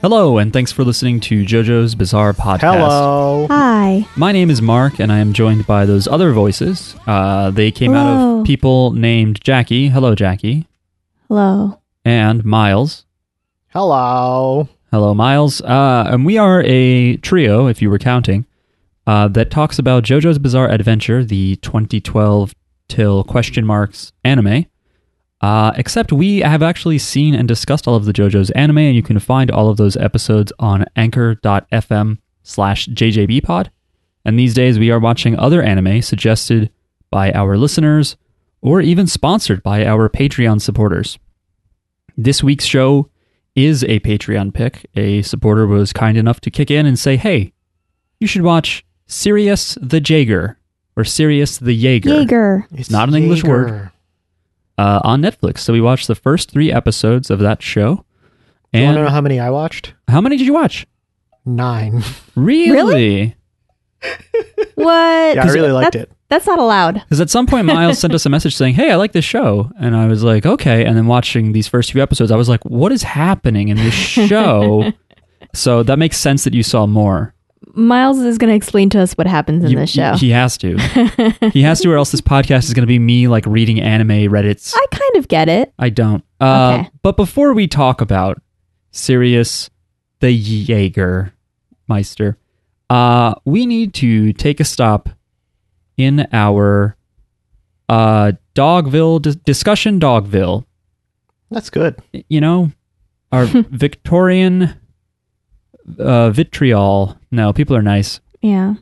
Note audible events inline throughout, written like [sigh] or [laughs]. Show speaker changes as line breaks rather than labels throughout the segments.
Hello, and thanks for listening to JoJo's Bizarre Podcast.
Hello.
Hi.
My name is Mark, and I am joined by those other voices. Uh, they came out
Hello.
of people named Jackie. Hello, Jackie.
Hello.
And Miles.
Hello.
Hello, Miles. Uh, and we are a trio, if you were counting, uh, that talks about JoJo's Bizarre Adventure, the 2012 till question marks anime. Uh, except we have actually seen and discussed all of the JoJo's anime, and you can find all of those episodes on anchor.fm slash jjbpod. And these days we are watching other anime suggested by our listeners or even sponsored by our Patreon supporters. This week's show is a Patreon pick. A supporter was kind enough to kick in and say, hey, you should watch Sirius the Jaeger or Sirius the Jaeger
Jaeger.
It's
not an English
Jaeger.
word. uh, on Netflix. So we watched the first three episodes of that show.
You want
And
to know how many I watched?
how many did you watch?
Nine.
Really?
What?
[laughs] yeah, I really liked
That's-
it.
That's not allowed.
Because at some point, Miles sent us a message saying, Hey, I like this show. And I was like, Okay. And then watching these first few episodes, I was like, What is happening in this show? so that makes sense that you saw more.
Miles is going to explain to us what happens in
You-
this show.
He, he has to. he has to, or else this podcast is going to be me like reading anime Reddits.
I kind of get it.
I don't. Uh,
Okay.
But before we talk about Sirius the Jaeger Meister, uh, we need to take a stop in our uh, Dogville dis- discussion. Dogville,
That's good.
you know, our Victorian uh, vitriol. No, people are nice.
Yeah.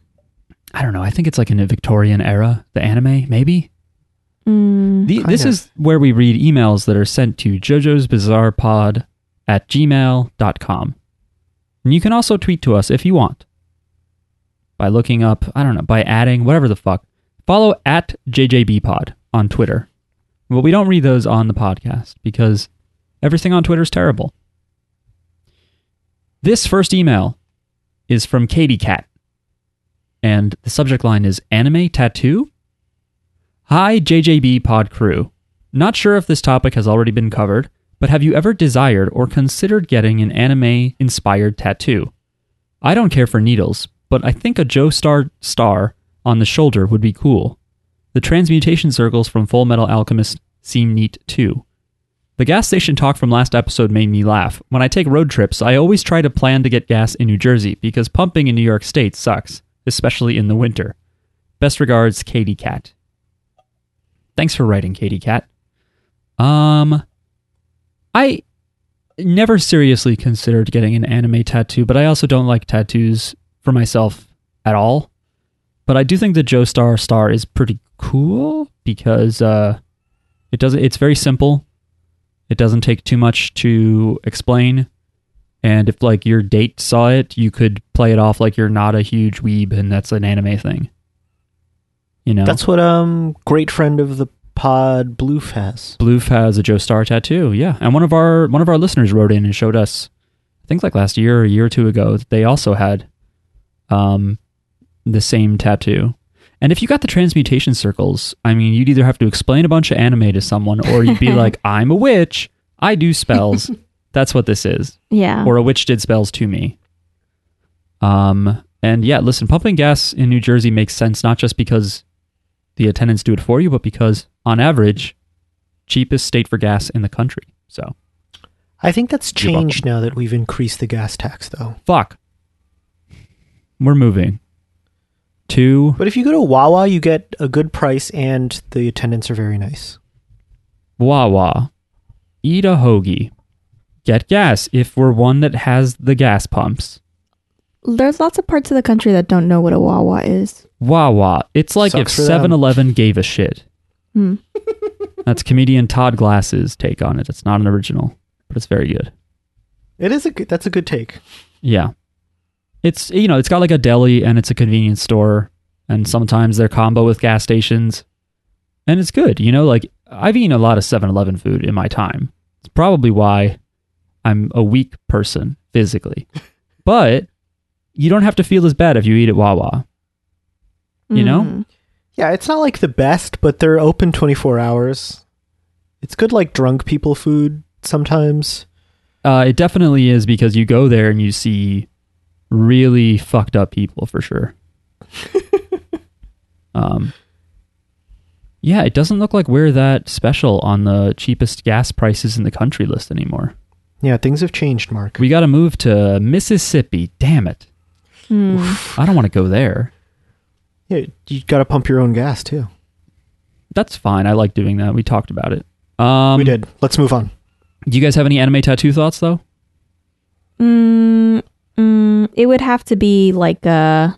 I don't know. I think it's like in a Victorian era, the anime, maybe.
Mm.
The,
Kind
this
of.
is where we read emails that are sent to jojo's bizarre pod at gmail.com. And you can also tweet to us if you want by looking up, I don't know, by adding whatever the fuck. Follow at JJBpod on Twitter. Well, we don't read those on the podcast because everything on Twitter is terrible. This first email is from Katie Cat. And the subject line is Anime Tattoo? Hi, JJB Pod Crew. Not sure if this topic has already been covered, but have you ever desired or considered getting an anime inspired tattoo? I don't care for needles, but I think a Joe Star star on the shoulder would be cool. The transmutation circles from Full Metal Alchemist seem neat too. The gas station talk from last episode made me laugh. When I take road trips, I always try to plan to get gas in New Jersey because pumping in New York State sucks, especially in the winter. Best regards, Katie Cat. Thanks for writing, Katie Cat. Um, I never seriously considered getting an anime tattoo, but I also don't like tattoos for myself at all. But I do think the Joe Star Star is pretty cool because uh, it doesn't. It's very simple. It doesn't take too much to explain. And if like your date saw it, you could play it off like you're not a huge weeb, and that's an anime thing. You know,
That's what um great friend of the pod Bloof has.
Bloof has a Joe Star tattoo. Yeah, and one of our one of our listeners wrote in and showed us, I think like last year or a year or two ago, that they also had, um, the same tattoo. And if you got the transmutation circles, I mean, you'd either have to explain a bunch of anime to someone, or you'd be like, "I'm a witch. I do spells. That's what this is."
Yeah.
Or a witch did spells to me. Um, and yeah, listen, pumping gas in New Jersey makes sense not just because the attendants do it for you, but because on average, cheapest state for gas in the country. So
I think that's
You're welcome.
changed now that we've increased the gas tax though.
fuck. We're moving to
But if you go to Wawa, you get a good price and the attendants are very nice.
Wawa. Eat a hoagie. Get gas if we're one that has the gas pumps.
There's lots of parts of the country that don't know what a Wawa is.
Wawa. It's like
Sucks for
if
them.
7 Eleven gave a shit.
Hmm.
That's comedian Todd Glass's take on it. It's not an original, but it's very good.
It is a good that's a good take.
Yeah. It's you know, it's got like a deli and it's a convenience store and sometimes they're combo with gas stations. And it's good, you know, like I've eaten a lot of 7-Eleven food in my time. It's probably why I'm a weak person physically. But you don't have to feel as bad if you eat at Wawa. You know?
Mm.
Yeah, it's not like the best, but they're open 24 hours. It's good like drunk people food sometimes.
Uh, it definitely is because you go there and you see really fucked up people for sure. um, yeah, it doesn't look like we're that special on the cheapest gas prices in the country list anymore.
Yeah, things have changed, Mark.
We got to move to Mississippi. Damn it.
Hmm.
I don't want to go there.
Yeah, you got to pump your own gas too.
That's fine. I like doing that. We talked about it. Um,
we did. Let's move on.
Do you guys have any anime tattoo thoughts, though?
Mm, mm, it would have to be like uh,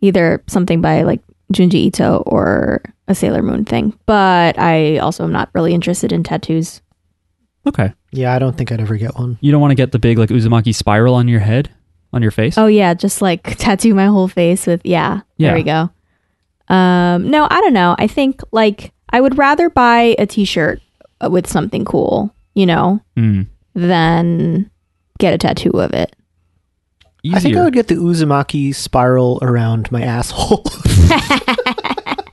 either something by like Junji Ito or a Sailor Moon thing. But I also am not really interested in tattoos.
Okay.
Yeah, I don't think I'd ever get one.
You don't want to get the big, like, Uzumaki spiral on your head, on your face?
Oh yeah, just like [laughs] tattoo my whole face with yeah.
Yeah.
There we go. Um, no, I don't know. I think like I would rather buy a T-shirt uh, with something cool, you know,
Mm.
than get a tattoo of it.
Easier.
I think I would get the Uzumaki spiral around my asshole. [laughs]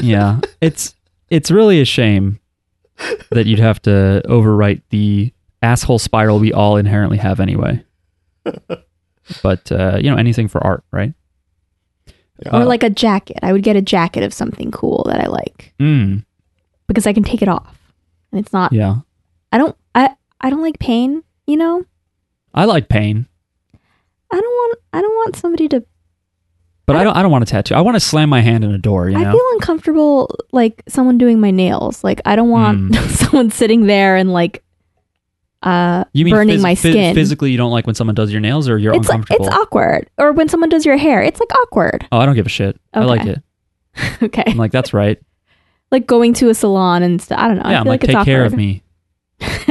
yeah. It's it's really a shame that you'd have to overwrite the asshole spiral we all inherently have anyway. But uh, you know, anything for art, right?
or
Uh,
like a jacket. I would get a jacket of something cool that I like
Mm,
because I can take it off, and it's not.
yeah.
I don't. I I don't like pain. You know.
I like pain,
I don't want. I don't want somebody to.
but I don't I don't want a tattoo. I want to slam my hand in a door, you
I
know.
feel uncomfortable like someone doing my nails. Like I don't want
Mm.
[laughs] someone sitting there and like. Uh,
you
burning
phys-
my
phy-
skin.
physically you don't like when someone does your nails or you're
it's like
uncomfortable.
it's awkward. Or when someone does your hair, it's like awkward. [laughs]
oh, I don't give a shit. I like
Okay.
it.
okay,
I'm like that's right.
like going to a salon and stuff. I don't know. [laughs] I
yeah,
feel
I'm like,
it's
take
awkward.
care of me.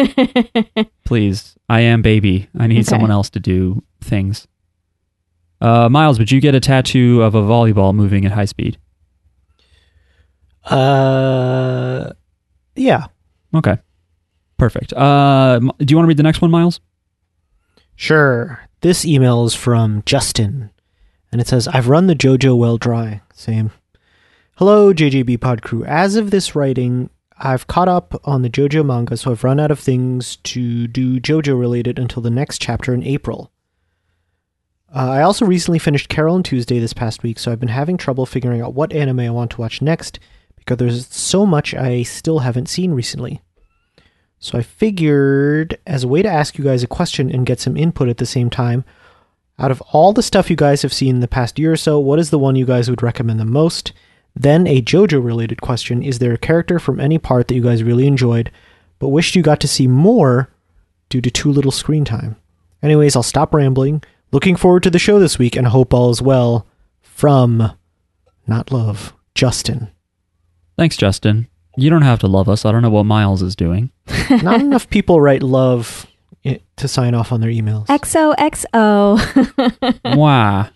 [laughs]
please i am baby i need
Okay.
someone else to do things uh, miles would you get a tattoo of a volleyball moving at high speed
uh, yeah,
okay perfect uh, M- do you want to read the next one miles
sure. This email is from Justin, and it says, "I've run the JoJo well dry." Same. Hello, JJB Pod Crew. As of this writing, I've caught up on the JoJo manga, so I've run out of things to do JoJo related until the next chapter in April. Uh, I also recently finished Carol and Tuesday this past week, so I've been having trouble figuring out what anime I want to watch next because there's so much I still haven't seen recently. So I figured, as a way to ask you guys a question and get some input at the same time, out of all the stuff you guys have seen in the past year or so, what is the one you guys would recommend the most? Then a JoJo related question Is there a character from any part that you guys really enjoyed, but wished you got to see more due to too little screen time? Anyways, I'll stop rambling. Looking forward to the show this week and hope all is well. From, not love, Justin.
thanks justin you don't have to love us i don't know what miles is
[laughs]
doing
not enough people write love i- to sign off on their emails.
XOXO.
wow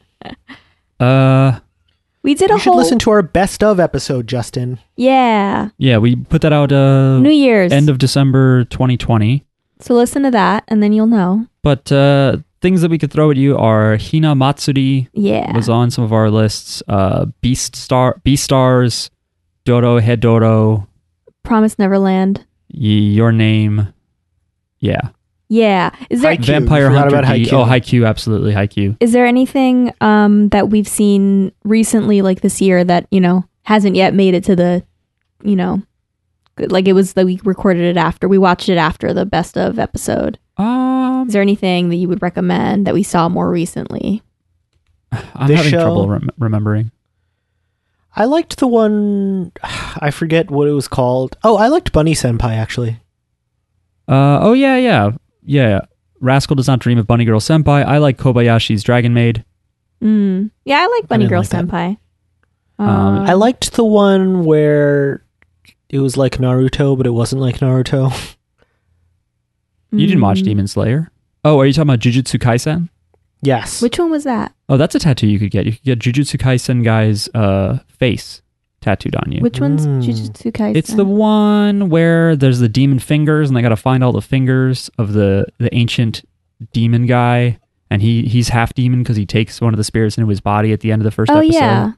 uh
[laughs] we did a
You should
whole
listen to our best of episode, Justin.
yeah
yeah we put that out uh
New Year's
end of december 2020
So listen to that, and then you'll know.
but uh things that we could throw at you are hina matsuri
Yeah.
was on some of our lists. Uh, Beast Star, Beast Stars, Dodo Hedoro,
Promise Neverland.
y- Your Name, yeah,
Yeah. Is there is
Haikyuu.
Vampire
Forgot
Hunter
about
D.
Haikyuu.
Oh, Haikyuu, absolutely Haikyuu.
there anything um that we've seen recently, like this year, that you know hasn't yet made it to the, you know, like it was that we recorded it after we watched it after the best of episode.
Um,
Is there anything that you would recommend that we saw more recently?
I'm
This
having
show-
trouble rem- remembering.
I liked the one. [sighs] I forget what it was called. Oh, I liked Bunny Senpai actually.
Uh, oh yeah, yeah, yeah. yeah. Rascal does not dream of Bunny Girl Senpai. I like Kobayashi's Dragon Maid.
Mm. Yeah, I like Bunny
didn't
Girl
like that.
Senpai.
Um,
I liked the one where it was like Naruto, but it wasn't like Naruto. [laughs]
You didn't watch
mm.
Demon Slayer? Oh, are you talking about Jujutsu Kaisen?
yes.
Which one was that?
Oh, that's a tattoo you could get. You could get Jujutsu Kaisen guy's uh, face tattooed on you.
Which one's
Mm.
Jujutsu Kaisen?
Hmm. It's the one where there's the demon fingers, and they got to find all the fingers of the the ancient demon guy, and he he's half demon because he takes one of the spirits into his body at the end of the first
oh
episode.
yeah.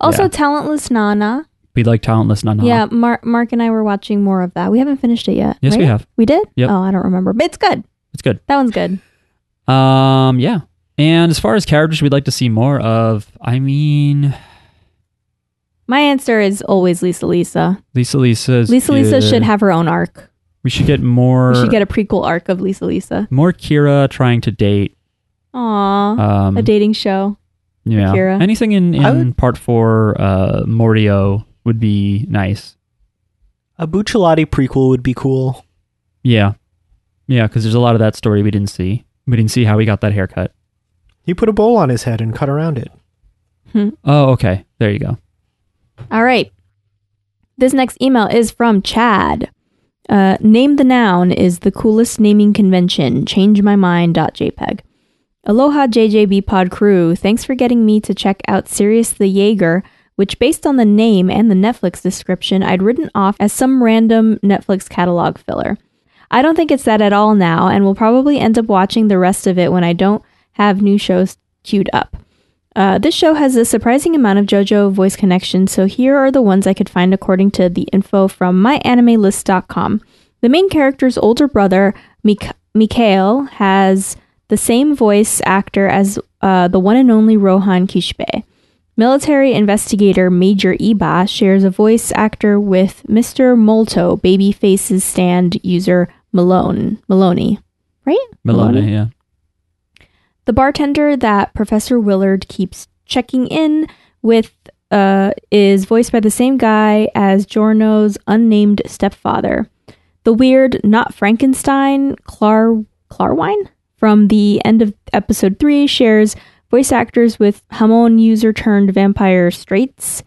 Also,
Yeah.
Talentless Nana.
we like talentless Nana.
Yeah, Mar- Mark and I were watching more of that. We haven't finished it yet.
yes, we
right?
have.
We did?
Yep.
Oh, I don't remember. But it's good.
It's good.
That one's good.
Um, yeah. And as far as characters we'd like to see more of, I mean,
My answer is always Lisa Lisa.
Lisa Lisa. is
Lisa Lisa
good.
should have her own arc.
We should get more.
We should get a prequel arc of Lisa Lisa.
more Kira trying to date.
Aw.
Um,
a dating show.
yeah.
Kira.
Anything in in
I would-
part four, uh, Mordio would be nice.
A Bucciolati prequel would be cool.
Yeah, yeah. Because there's a lot of that story we didn't see. We didn't see how he got that haircut.
He put a bowl on his head and cut around it.
Oh, okay. There you go.
All right. This next email is from Chad. Uh, name the noun is the coolest naming convention. ChangeMyMind.jpg. E Aloha JJB Pod crew. Thanks for getting me to check out Sirius the Jaeger, which, based on the name and the Netflix description, I'd written off as some random Netflix catalog filler. I don't think it's that at all now, and will probably end up watching the rest of it when I don't have new shows queued up. Uh, this show has a surprising amount of JoJo voice connections, so here are the ones I could find according to the info from myanimelist.com. The main character's older brother, Mik- Mikhail, has the same voice actor as uh, the one and only Rohan Kishibe. Military investigator Major Iba shares a voice actor with Mr. Molto, Babyface's stand user Malone. Maloney, right?
Melona, yeah.
The bartender that Professor Willard keeps checking in with uh, is voiced by the same guy as Giorno's unnamed stepfather. The weird, not Frankenstein, Clar Clarwine from the end of episode three shares voice actors with Hamon user turned vampire Straits.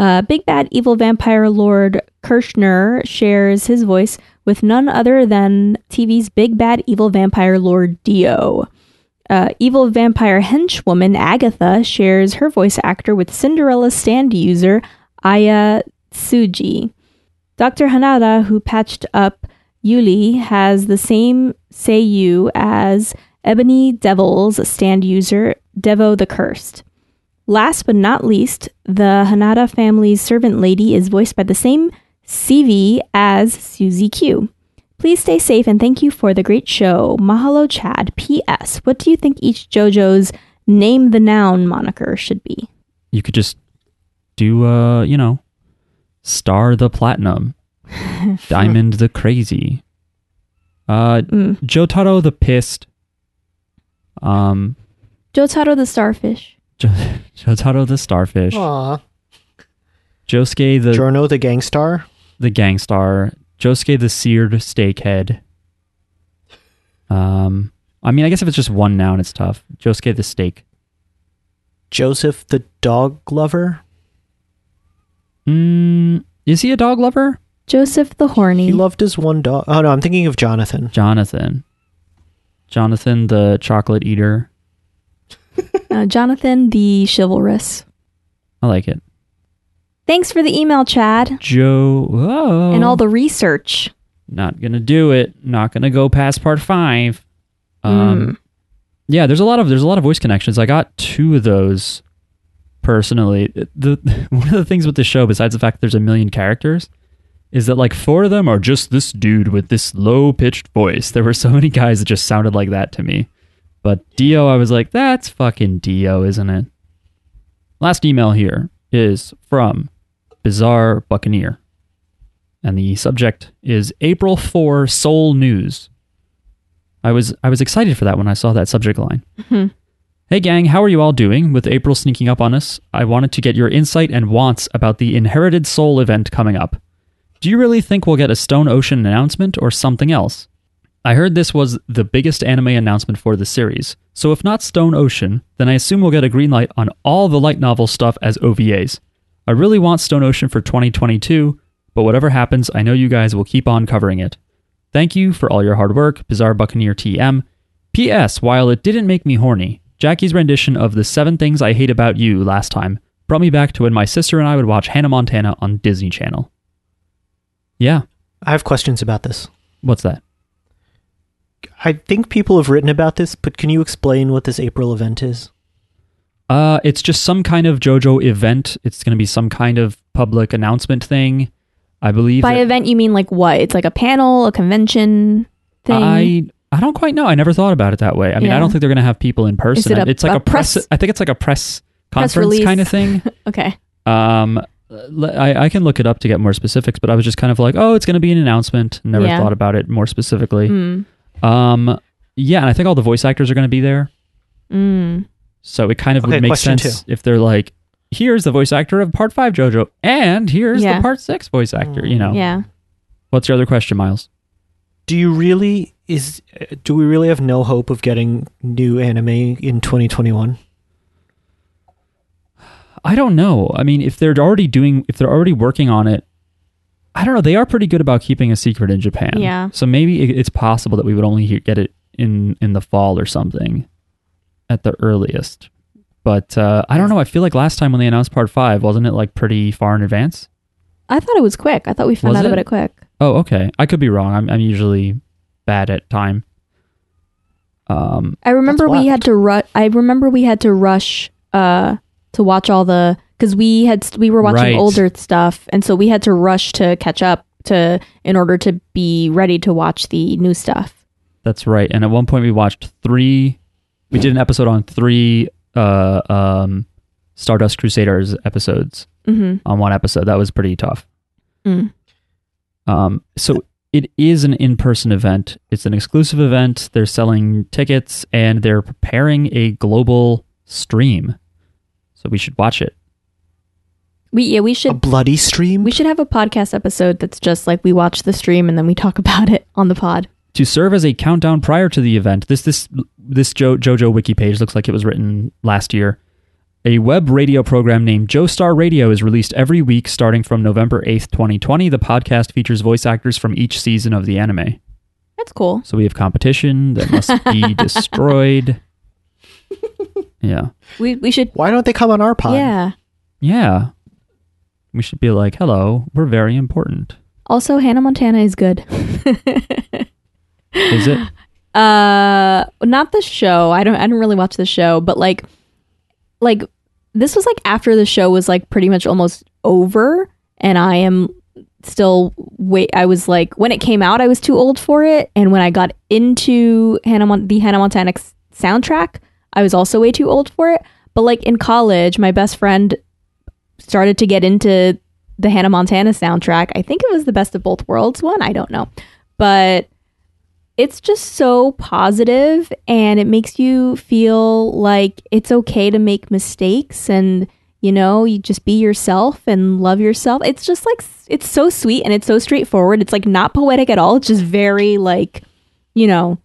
Uh, Big Bad Evil Vampire Lord Kirshner shares his voice with none other than TV's Big Bad Evil Vampire Lord Dio. Uh, evil vampire henchwoman Agatha shares her voice actor with Cinderella stand user Aya Tsuji. Dr. Hanada, who patched up Yuli, has the same seiyu as Ebony Devil's stand user Devo the Cursed. Last but not least, the Hanada family's servant lady is voiced by the same CV as Susie Q. Please stay safe and thank you for the great show. Mahalo, Chad. P.S. What do you think each JoJo's name the noun moniker should be?
You could just do, uh, you know, star the platinum, diamond the crazy, uh,
Mm.
Jotaro the pissed, um,
Jotaro the starfish.
Jo- [laughs] Jotaro the starfish,
Aw.
Josuke the
Jorno the gangstar.
the gangstar, Josuke the seared steakhead. Um, I mean, I guess if it's just one noun, it's tough. Josuke the steak.
Joseph the dog lover.
Mm, is he a dog lover?
Joseph the horny.
He loved his one dog. Oh, no, I'm thinking of Jonathan.
Jonathan. Jonathan the chocolate eater.
Uh, Jonathan the chivalrous.
I like it.
Thanks for the email, Chad,
Joe. Whoa.
and all the research.
Not gonna do it. Not gonna go past part five.
Hmm. Mm.
Um. Yeah, there's a lot of there's a lot of voice connections. I got two of those personally. The [laughs] one of the things with the show, besides the fact there's a million characters, is that like four of them are just this dude with this low pitched voice. There were so many guys that just sounded like that to me. But Dio, I was like, that's fucking Dio, isn't it? Last email here is from Bizarre Buccaneer. And the subject is April 4 Soul News. I was I was excited for that when I saw that subject line. Hey gang, how are you all doing? With April sneaking up on us, I wanted to get your insight and wants about the Inherited Soul event coming up. Do you really think we'll get a Stone Ocean announcement or something else? I heard this was the biggest anime announcement for the series. So if not Stone Ocean, then I assume we'll get a green light on all the light novel stuff as OVAs. I really want Stone Ocean for 2022, but whatever happens, I know you guys will keep on covering it. Thank you for all your hard work, Bizarre Buccaneer TM. P.S. While it didn't make me horny, Jackie's rendition of The Seven Things I Hate About You last time brought me back to when my sister and I would watch Hannah Montana on Disney Channel. Yeah,
I have questions about this.
what's that?
I think people have written about this, but can you explain what this April event is?
Uh, it's just some kind of JoJo event. It's going to be some kind of public announcement thing. I believe.
By
that-
event, you mean like what? It's like a panel, a convention thing.
I I don't quite know. I never thought about it that way. I mean, I
Yeah.
don't think they're going to have people in person.
it a-
it's like a,
a
press,
press-
I think it's like a press
Press
conference
release.
kind of
[laughs]
thing.
Okay.
Um, le- I, I can look it up to get more specifics, but I was just kind of like, oh, it's going to be an announcement. Never
Yeah.
thought about it more specifically.
Mm.
Um, yeah, and I think all the voice actors are going to be there,
Mm.
so it kind of
Okay,
would make
question
sense if they're like, here's the voice actor of Part Five JoJo, and here's
Yeah.
the Part Six voice actor. You know,
Yeah.
what's your other question, Miles?
Do you really is uh, do we really have no hope of getting new anime in 2021?
I don't know. I mean, if they're already doing, if they're already working on it, I don't know. They are pretty good about keeping a secret in Japan.
Yeah.
So maybe it, it's possible that we would only hear, get it in in the fall or something, at the earliest. But uh, I don't know. I feel like last time when they announced Part Five, wasn't it like pretty far in advance?
I thought it was quick. I thought we found
Was
out
it?
about it quick.
Oh, okay. I could be wrong. I'm I'm usually bad at time. Um.
I remember we
wild.
had to rush. I remember we had to rush uh, to watch all the because we had st- we were watching
Right.
older stuff, and so we had to rush to catch up to in order to be ready to watch the new stuff.
That's right. And at one point we watched three we did an episode on three uh um Stardust Crusaders episodes
hmm
on one episode. That was pretty tough.
Mm.
Um so it is an in-person event. It's an exclusive event. They're selling tickets and they're preparing a global stream. So we should watch it.
We yeah we
A
should
bloody stream?
we should have a podcast episode that's just like we watch the stream and then we talk [laughs] about it on the pod.
to serve as a countdown prior to the event. This this this jo- JoJo wiki page looks like it was written last year. A web radio program named JoStar Radio is released every week starting from November 8th, 2020. The podcast features voice actors from each season of the anime.
That's cool.
So we have competition that must be destroyed. Yeah.
We we should
Why don't they come on our pod?
yeah.
Yeah. We should be like, hello, we're very important.
Also, Hannah Montana is good. [laughs]
Is it?
Uh, not the show. I don't. I don't really watch the show, but like, like this was like after the show was like pretty much almost over, and I am still wait. I was like, when it came out, I was too old for it, and when I got into Hannah Mon- the Hannah Montana s- soundtrack, I was also way too old for it. But like in college, my best friend started to get into the Hannah Montana soundtrack. I think it was the Best of Both Worlds one. I don't know, but it's just so positive and it makes you feel like it's okay to make mistakes and you know you just be yourself and love yourself it's just like s- it's so sweet and it's so straightforward it's like not poetic at all it's just very like you know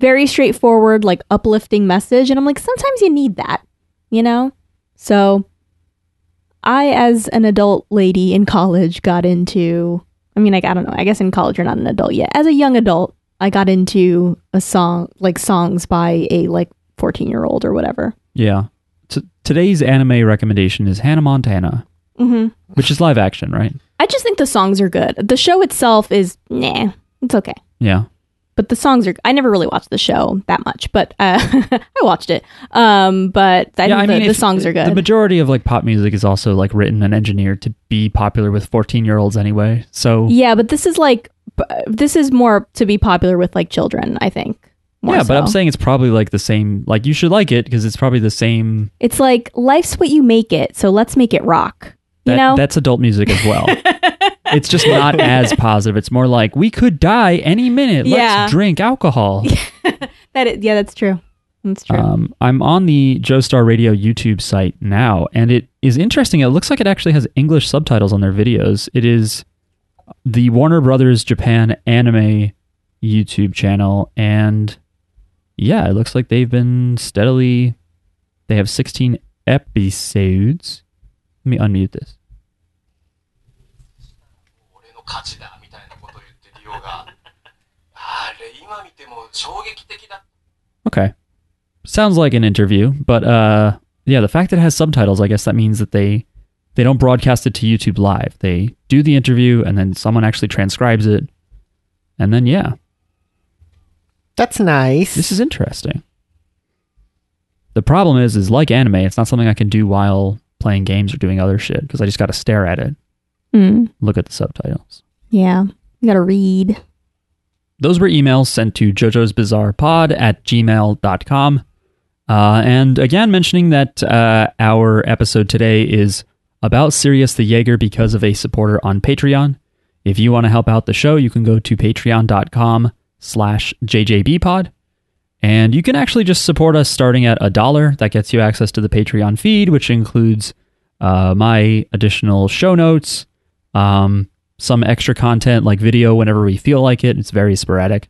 very straightforward like uplifting message and i'm like sometimes you need that you know so i as an adult lady in college got into i mean like i don't know i guess in college you're not an adult yet as a young adult I got into a song like songs by a like 14 year old or whatever.
Yeah. T- today's anime recommendation is Hannah Montana,
Mm-hmm.
which is live action, right?
I just think the songs are good. The show itself is nah, it's okay.
Yeah.
But the songs are. I never really watched the show that much, but uh, [laughs] I watched it. Um, but I think the, the
if-
songs are
The
good.
majority of like pop music is also like written and engineered to be popular with 14 year olds anyway. So
yeah, but this is like b- this is more to be popular with like children. I think. more
yeah, but I'm
so.
saying it's probably like the same. Like you should like it because it's probably the same.
it's like life's what you make it. So let's make it rock.
That,
you know.
that's adult music as
[laughs]
well. it's just not as positive. It's more like we could die any minute.
Yeah.
Let's drink alcohol.
that is, yeah, that's true. That's true.
Um, I'm on the Joestar Radio YouTube site now, and it is interesting. It looks like it actually has English subtitles on their videos. It is the Warner Brothers Japan anime YouTube channel, and yeah, it looks like they've been steadily. They have 16 episodes. Let me unmute this.
俺の価値だみたいなことを言ってるようがあれ今見ても衝撃的だ
Okay. Sounds like an interview, but uh yeah, the fact that it has subtitles, I guess that means that they they don't broadcast it to YouTube live. They do the interview and then someone actually transcribes it. And then yeah,
That's nice.
this is interesting. The problem is is like anime, it's not something I can do while playing games or doing other shit because I just got to stare at it,
Mm,
look at the subtitles.
yeah, you gotta read. [laughs]
those were emails sent to jojo's bizarre pod at gmail.com uh, and again mentioning that uh, our episode today is about sirius the jaeger because of a supporter on patreon if you want to help out the show you can go to patreon.com slash jjbpod and you can actually just support us starting at a dollar. That gets you access to the Patreon feed, which includes uh, my additional show notes, um, some extra content like video whenever we feel like it. It's very sporadic.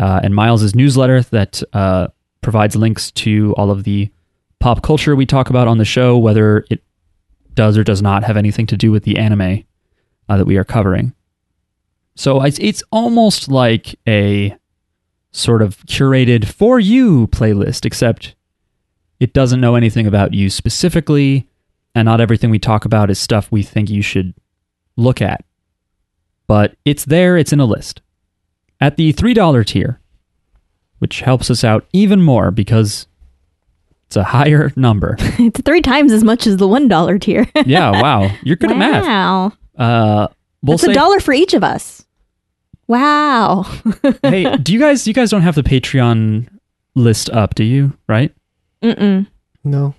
Uh, and Miles's newsletter that uh, provides links to all of the pop culture we talk about on the show, whether it does or does not have anything to do with the anime uh, that we are covering. So it's, it's almost like a sort of curated for you playlist, except it doesn't know anything about you specifically, and not everything we talk about is stuff we think you should look at. But it's there, it's in a list. At the $3 tier, which helps us out even more because it's a higher [laughs] number.
It's three times as much as the one dollar tier. [laughs]
yeah, wow. You're good at math.
wow,
Uh, we'll
that's a
say-
dollar for each of us. Wow.
[laughs]
[laughs]
hey, do you guys you guys don't have the Patreon list up, do you? Right?
Mm-mm.
No.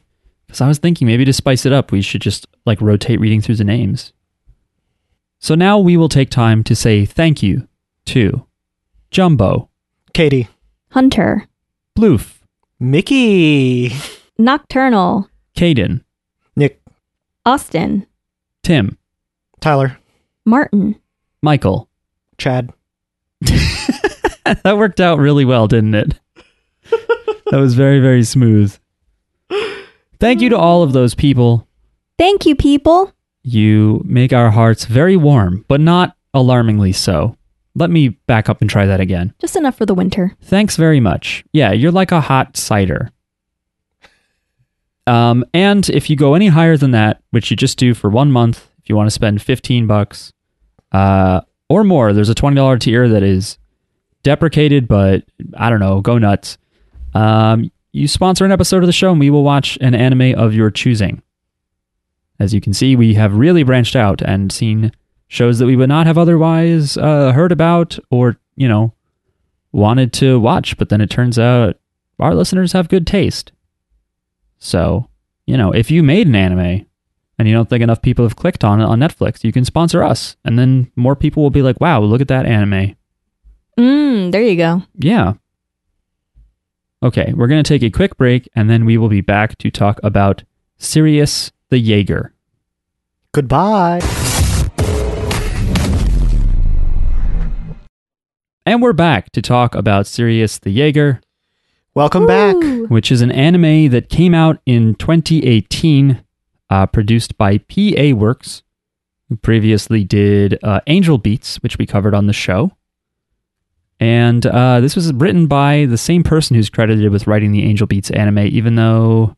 Because I was thinking maybe to spice it up, we should just like rotate reading through the names. So now we will take time to say thank you to Jumbo,
Katie.
Hunter,
Bloof,
Mickey.
Nocturnal,
Caden,
Nick.
Austin,
Tim,
Tyler.
Martin.
Michael.
Chad.
that worked out really well, didn't it? that was very, very smooth. Thank you to all of those people.
Thank you, people.
You make our hearts very warm, but not alarmingly so. Let me back up and try that again.
Just enough for the winter.
Thanks very much. Yeah, you're like a hot cider. Um, and if you go any higher than that, which you just do for one month, if you want to spend 15 bucks uh, or more, there's a $20 tier that is deprecated, but I don't know, go nuts. Um, you sponsor an episode of the show and we will watch an anime of your choosing. As you can see, we have really branched out and seen shows that we would not have otherwise uh, heard about or, you know, wanted to watch, but then it turns out our listeners have good taste. So, you know, if you made an anime and you don't think enough people have clicked on it on Netflix, you can sponsor us. And then more people will be like, wow, look at that anime.
Mm, there you go.
Yeah. Okay, we're going to take a quick break and then we will be back to talk about Sirius the Jaeger.
Goodbye.
And we're back to talk about Sirius the Jaeger.
Welcome back.
Ooh.
which is an anime that came out in 2018, uh, produced by PA Works, who previously did uh, Angel Beats, which we covered on the show. And uh, this was written by the same person who's credited with writing the Angel Beats anime, even though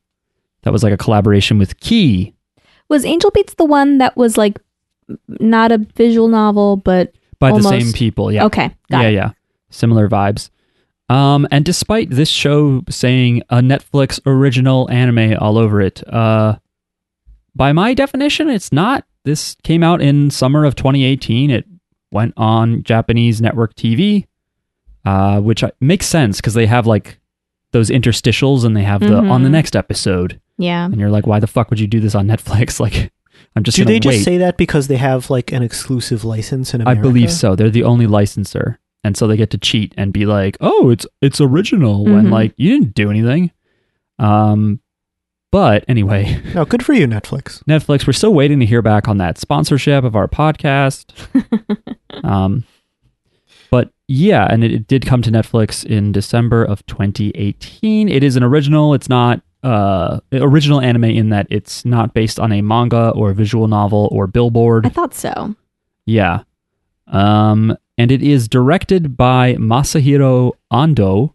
that was like a collaboration with Key.
Was Angel Beats the one that was like not a visual novel, but
By the
Almost.
same people, yeah.
okay, got
yeah,
it.
yeah. Similar vibes. Um, and despite this show saying a Netflix original anime all over it, uh, by my definition, it's not. This came out in summer of 2018. It went on Japanese network TV, uh, which I- makes sense because they have like those interstitials and they have the on
Mm-hmm.
the
Mhm.
next episode.
Yeah.
And you're like, why the fuck would you do this on Netflix? [laughs] Like, I'm just
Do
gonna
they just
wait.
say that because they have like an exclusive license in America?
I believe so. They're the only licensor, and so they get to cheat and be like, "Oh, it's it's original," when
Mm-hmm.
Mhm.
like you didn't do anything. Um, but anyway, [laughs]
No, good for you, Netflix.
Netflix, we're still waiting to hear back on that sponsorship of our
[laughs]
podcast. um, but yeah, and it, it did come to Netflix in December of 2018. It is an original. It's not uh original anime in that it's not based on a manga or a visual novel or billboard.
I thought so.
Yeah. Um, and it is directed by Masahiro Ando,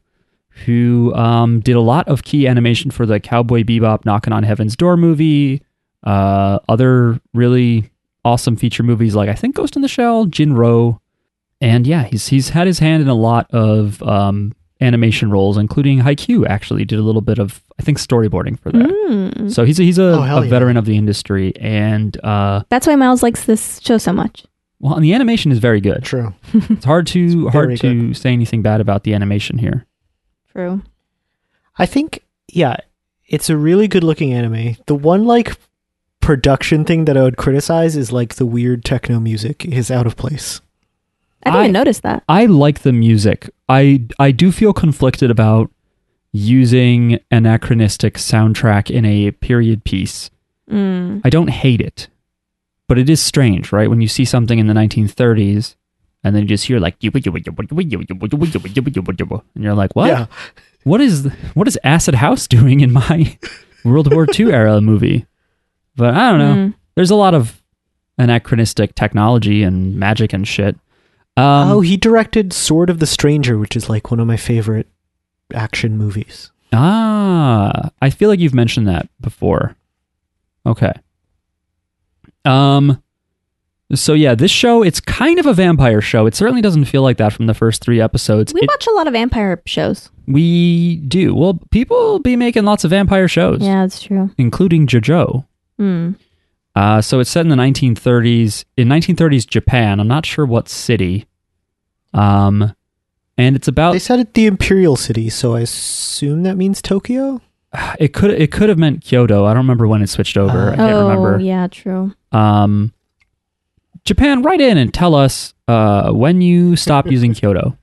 who um, did a lot of key animation for the Cowboy Bebop Knocking on Heaven's Door movie, uh, other really awesome feature movies like I think Ghost in the Shell, Jinro. And yeah, he's he's had his hand in a lot of um, animation roles, including Haikyuu actually did a little bit of I think storyboarding for that.
Mm.
So he's a, he's a,
Oh, hell
a
yeah.
veteran of the industry and uh,
That's why Miles likes this show so much.
Well, and the animation is very good.
True.
It's hard to
It's very
hard to say anything bad about the animation here.
True.
I think yeah, it's a really good looking anime. The one like production thing that I would criticize is like the weird techno music is out of place.
I didn't
I-
even notice that.
I like the music. I I do feel conflicted about using anachronistic soundtrack in a period piece.
Mm.
I don't hate it, but it is strange, right? When you see something in the 1930s and then you just hear like and you're like, "What?
Yeah.
What is what is Acid House [laughs] doing in my World War II era movie?" But I don't know.
Mm.
There's a lot of anachronistic technology and magic and shit. Um,
oh, he directed Sword of the Stranger, which is like one of my favorite action movies.
Ah, I feel like you've mentioned that before. Okay. Um so yeah, this show it's kind of a vampire show. It certainly doesn't feel like that from the first 3 episodes.
We
It-
watch a lot of vampire shows.
we do. Well, people be making lots of vampire shows,
Yeah, that's true.
including JoJo.
Mm.
Uh, so it's set in the 1930s, in 1930s Japan. I'm not sure what city. Um, and it's about
They said it the Imperial City, so I assume that means Tokyo.
[sighs] it could it could have meant Kyoto. I don't remember when it switched over. I
Ah.
can't
oh,
remember.
yeah, true.
Um, Japan, write in and tell us uh, when you stop using Kyoto.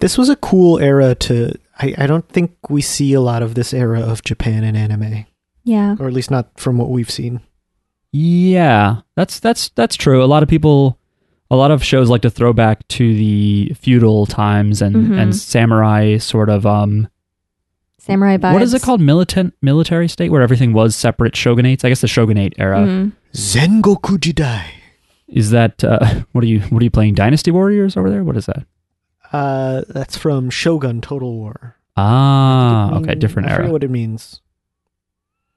This was a cool era to. I, I don't think we see a lot of this era of Japan in anime,
Yeah.
or at least not from what we've seen.
Yeah, that's that's that's true. A lot of people, a lot of shows like to throw back to the feudal times and
Mhm.
and samurai sort of um
Samurai vibes.
what is it called militant military state where everything was separate shogunates. I guess the shogunate era
Mm.
Zengoku Jidai.
is that uh, [laughs] what are you what are you playing Dynasty Warriors over there? What is that?
Uh, that's from Shogun Total War.
Ah,
I mean,
Hmm.
okay, different
I forget
era.
what it means.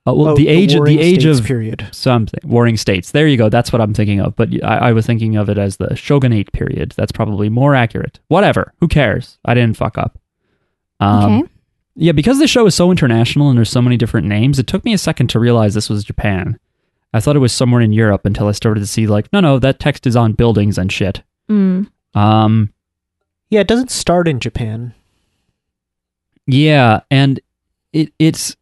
Oh, well,
Oh,
the age the,
Warring
age
States
of
period.
something warring states there you go that's what i'm thinking of but I, I was thinking of it as the shogunate period that's probably more accurate whatever who cares i didn't fuck up Um,
okay.
yeah because the show is so international and there's so many different names it took me a second to realize this was japan i thought it was somewhere in europe until i started to see like no no that text is on buildings and shit
Mm.
um
Yeah, it doesn't start in Japan.
yeah and it it's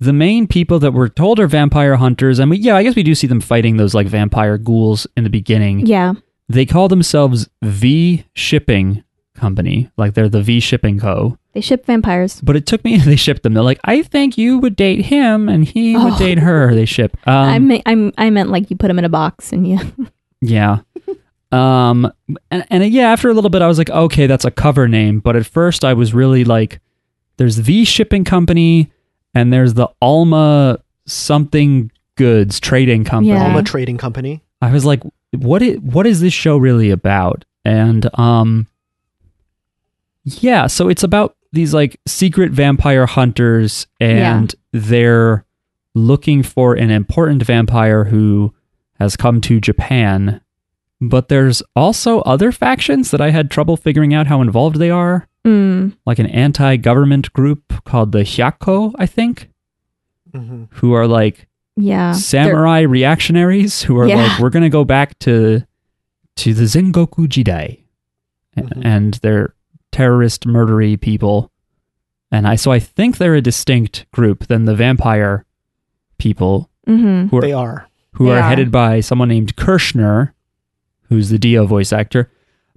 the main people that we're told are vampire hunters and we yeah i guess we do see them fighting those like vampire ghouls in the beginning
Yeah.
they call themselves the shipping company like they're the v shipping co
They ship vampires.
but it took me [laughs] they shipped them they're like i think you would date him and he would
Oh.
date her they ship um
[laughs] I me- I'm, I meant like you put them in a box and you. [laughs]
yeah [laughs] um and, and yeah after a little bit i was like okay that's a cover name but at first i was really like there's the shipping company and there's the alma something goods trading company
Yeah.
Alma Trading Company.
I was like, what is, what is this show really about? And um yeah, so it's about these like secret vampire hunters and they're looking for an important vampire who has come to Japan. But there's also other factions that I had trouble figuring out how involved they are,
Mm.
like an anti-government group called the Hyakko, I think,
hmm
who are like
Yeah. They're-
samurai reactionaries who are
Yeah.
like, we're gonna go back to to the Zengoku Jidai, A-
Mm-hmm.
Mhm.
and they're terrorist, murdery people. And I so I think they're a distinct group than the vampire people
Mhm.
who are
They are.
who
They
are,
are.
headed by someone named Kirshner, who's the Dio voice actor.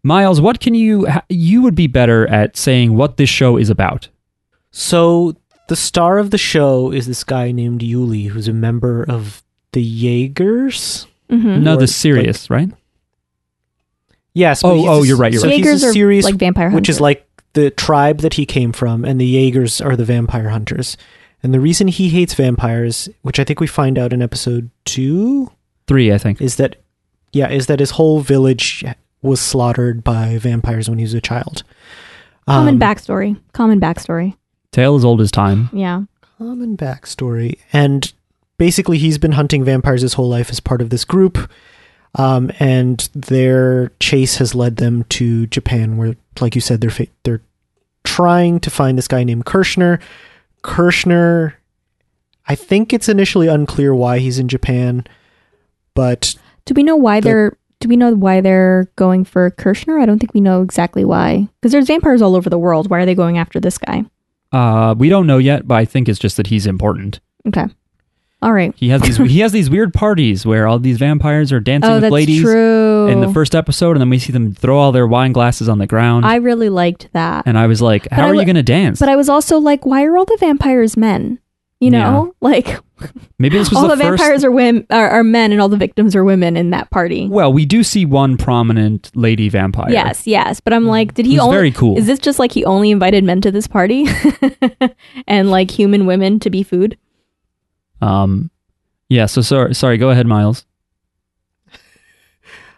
Miles, what can you ha- you would be better at saying what this show is about?
So the star of the show is this guy named Yuli, who's a member of the Jaegers.
Mhm.
No,
Or,
the serious, right?
Yes. but
Oh,
he's
oh,
a-
you're right, you're
so
right.
he's
Jaegers
a
are
serious,
like vampire hunters.
which is like the tribe that he came from, and the Jaegers are the vampire hunters. And the reason he hates vampires, which I think we find out in episode two,
Three, I think.
is that yeah is that his whole village was slaughtered by vampires when he was a child
common
Um,
backstory. Common backstory.
Tale as old as time.
Yeah.
common backstory and basically he's been hunting vampires his whole life as part of this group um, and their chase has led them to japan where like you said they're fa- they're trying to find this guy named kirschner kirschner i think it's initially unclear why he's in japan but
Do we know why
The-
they're? do we know why they're going for Kirshner? I don't think we know exactly why. Because there's vampires all over the world. Why are they going after this guy?
Uh, we don't know yet, but I think it's just that he's important.
Okay. All right.
He has these he has these weird parties where all these vampires are dancing
Oh,
with
that's
ladies
true.
in the first episode, and then we see them throw all their wine glasses on the ground.
I really liked that.
and I was like, "How
I
are
w-
you going to dance?"
But I was also like, why are all the vampires men? You know, [laughs] like
Maybe this was
all
the,
the,
first.
vampires are women are, are men, and all the victims are women in that party.
well, we do see one prominent lady vampire.
Yes, yes. But I'm like, did he
Who's
only?
Mm. very cool.
Is this just like he only invited men to this party, [laughs] and like human women to be food?
Um, yeah. So sorry. Sorry. Go ahead, Miles.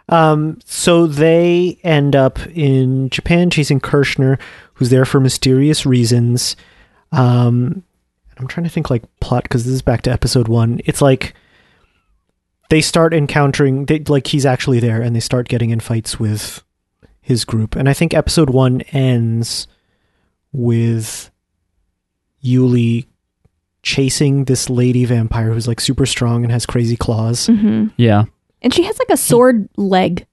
Um, so they end up in Japan chasing Kirshner, who's there for mysterious reasons. Um, I'm trying to think like plot because this is back to episode one. It's like they start encountering they, like he's actually there, and they start getting in fights with his group. And I think episode one ends with Yuli chasing this lady vampire who's like super strong and has crazy claws.
hmm
Yeah.
And she has like a sword leg.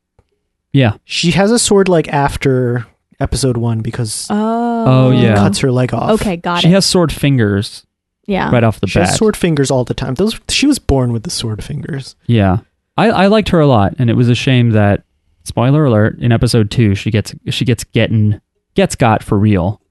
Yeah.
She has a sword like after episode one because
Oh.
Oh,
it
yeah.
cuts her leg off.
Okay, got
she
it. Ah.
has sword fingers
yeah.
right off the
she
bat.
has sword fingers all the time. Those she was born with the sword fingers.
Yeah. I, I liked her a lot, and it was a shame that spoiler alert in episode two she gets she gets getting gets got for real.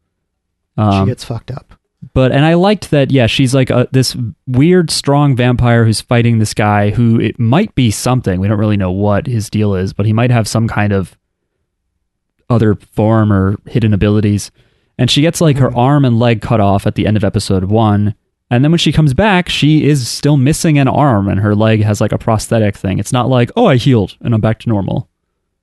Um,
she gets fucked up.
but and I liked that. Yeah, she's like a, this weird, strong vampire who's fighting this guy who it might be something. We don't really know what his deal is, but he might have some kind of other form or hidden abilities. And she gets like her arm and leg cut off at the end of episode one. And then when she comes back, she is still missing an arm and her leg has like a prosthetic thing. It's not like, oh, I healed and I'm back to normal.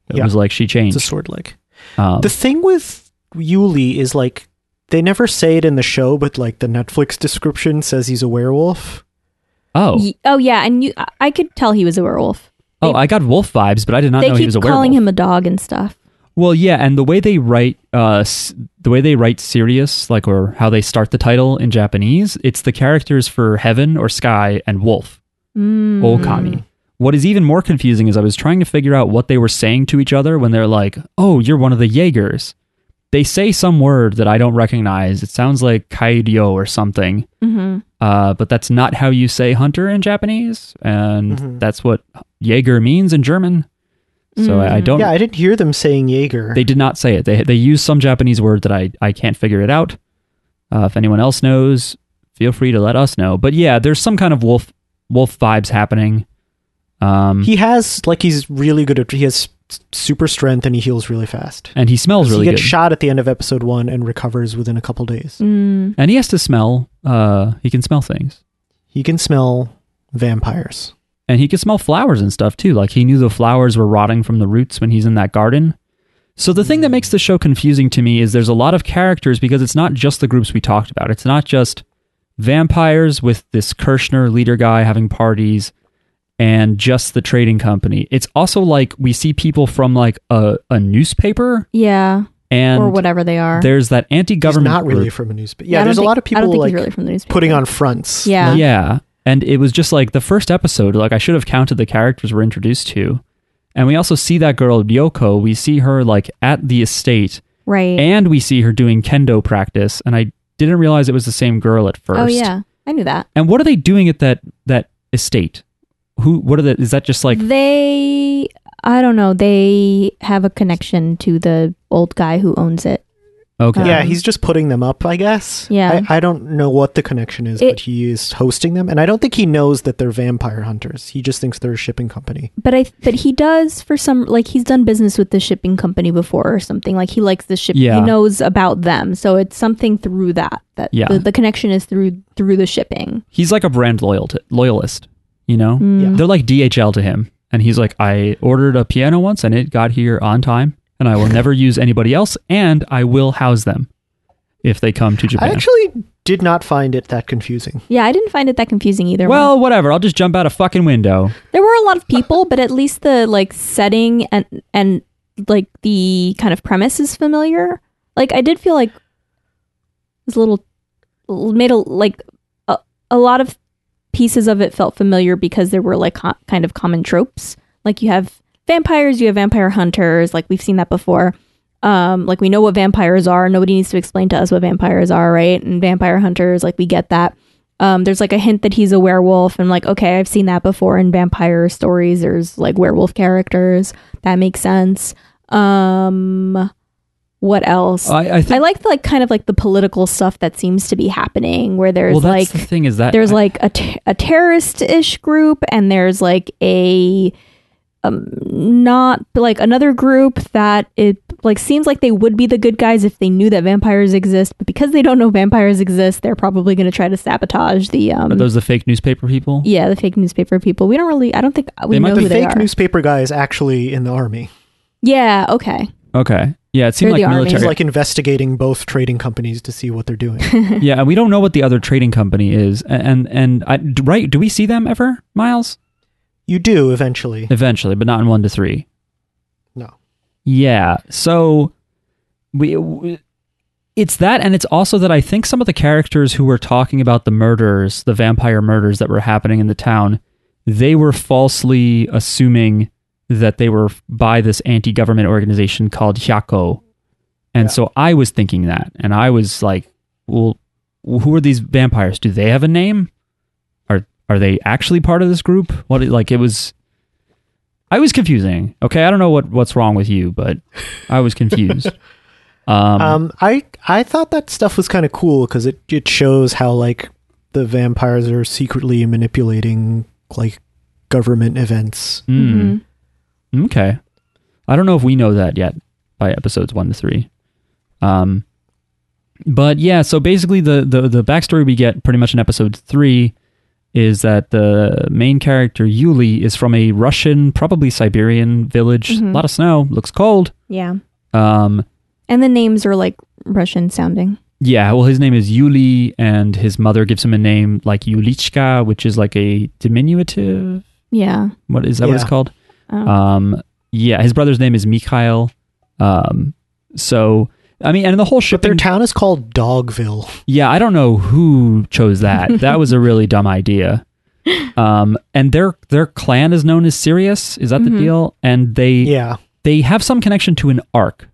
It
Yeah.
was like she
It's
changed.
a sword leg.
Um,
The thing with Yuli is like they never say it in the show, but like the Netflix description says he's a werewolf.
oh,
Ye- oh yeah, and you, I- I could tell he was a werewolf.
oh, I got wolf vibes, but I did not
they
know
keep
he was a werewolf.
calling him a dog and stuff.
Well, yeah, and the way they write, uh, s- the way they write Sirius, like or how they start the title in Japanese, it's the characters for heaven or sky and wolf,
Mm.
okami. What is even more confusing is I was trying to figure out what they were saying to each other when they're like, "Oh, you're one of the Jaegers." They say some word that I don't recognize. It sounds like kaidyo or something,
hmm
uh, but that's not how you say hunter in Japanese, and
Mhm.
that's what Jaeger means in German. So I, I
Mm.
don't.
Yeah, I didn't hear them saying Jaeger.
They did not say it. They they used some Japanese word that I I can't figure it out. Uh, if anyone else knows, feel free to let us know. But yeah, there's some kind of wolf wolf vibes happening. Um,
he has like he's really good at he has s- super strength and he heals really fast.
and he smells really
he
good.
gets shot at the end of episode one and recovers within a couple days.
Mm.
And he has to smell. Uh, he can smell things,
He can smell vampires.
and he can smell flowers and stuff too. Like he knew the flowers were rotting from the roots when he's in that garden. So the thing that makes the show confusing to me is there's a lot of characters because it's not just the groups we talked about. It's not just vampires with this Kirshner leader guy having parties and just the trading company. It's also like we see people from like a, a newspaper
Yeah,
and
or whatever they are.
there's that anti-government
he's not really
group.
from the newspaper.
I
Yeah,
don't
there's
think-
a lot of
I don't
people
think
like
he's really from the newspaper.
putting on fronts.
Yeah.
yeah. And it was just like the first episode, like I should have counted the characters we're introduced to. And we also see that girl Yoko, we see her like at the estate
right.
and we see her doing kendo practice and I didn't realize it was the same girl at first.
Oh yeah, I knew that.
And what are they doing at that that estate? Who what are the is that just like
they, I don't know. They have a connection to the old guy who owns it.
okay.
Yeah,
Um,
he's just putting them up, I guess.
Yeah.
I, I don't know what the connection is,
It-
but he is hosting them. And I don't think he knows that they're vampire hunters. He just thinks they're a shipping company.
But I, but he does for some like he's done business with the shipping company before or something. Like he likes the ship.
Yeah.
He knows about them, so it's something through that that
Yeah.
the, the connection is through through the shipping.
He's like a brand loyalty loyalist, you know?
Mm.
They're like DHL to him. And he's like, I ordered a piano once and it got here on time and I will never use anybody else and I will house them if they come to Japan.
I actually did not find it that confusing.
Yeah, I didn't find it that confusing either.
well, whatever. I'll just jump out a fucking window.
There were a lot of people, but at least the like setting and and like the kind of premise is familiar. Like I did feel like it was a little made a like a, a lot of pieces of it felt familiar because there were like co- kind of common tropes. Like you have vampires, you have vampire hunters. Like we've seen that before. Um, like we know what vampires are. Nobody needs to explain to us what vampires are, right? And vampire hunters, like we get that. Um, there's like a hint that he's a werewolf, and like, okay, I've seen that before in vampire stories. There's like werewolf characters. That makes sense. Um, what else?
I, I think.
I like the, like kind of like the political stuff that seems to be happening, where there's
well,
like
that's the thing is that
there's
I-
like a, t- a terrorist-ish group and there's like a um not like another group that it like seems like they would be the good guys if they knew that vampires exist but because they don't know vampires exist they're probably going to try to sabotage the um
are those the fake newspaper people.
yeah the fake newspaper people we don't really i don't think we
They might
know
be
Oh, who
The
they
fake
are
newspaper guy is actually in the army.
yeah okay
Okay. Yeah, it seemed
They're
like
the army.
military.
He's like investigating both trading companies to see what they're doing.
[laughs]
yeah, and we don't know what the other trading company is, A- and and I, d- right? Do we see them ever, Miles?
you do eventually.
Eventually, but not in one to three.
No.
Yeah. So we, we it's that and it's also that I think some of the characters who were talking about the murders, the vampire murders that were happening in the town, they were falsely assuming that they were f- by this anti-government organization called Hyako. And
Yeah.
so I was thinking that and I was like, well, who are these vampires? Do they have a name? Are are they actually part of this group? What like it was I was confusing. Okay, I don't know what what's wrong with you, but I was confused. um,
Um, I I thought that stuff was kind of cool because it it shows how like the vampires are secretly manipulating like government events.
mm,
Mhm.
Okay, I don't know if we know that yet by episodes one to three. Um, but yeah, so basically the the the backstory we get pretty much in episode three is that the main character Yuli is from a Russian, probably Siberian village. A
Mhm.
lot of snow, looks cold.
yeah
Um,
and the names are like russian sounding
Yeah, well, his name is Yuli, and his mother gives him a name like Yulichka, which is like a diminutive.
yeah
What is that? What it's
Yeah.
called?
um,
Um, yeah, his brother's name is Mikhail. Um, so I mean, and the whole
But their
shipping.
town is called Dogville.
yeah, I don't know who chose that. that was a really dumb idea. Um, and their their clan is known as Sirius. Is that the
Mhm.
deal? And they
Yeah,
they have some connection to an ark,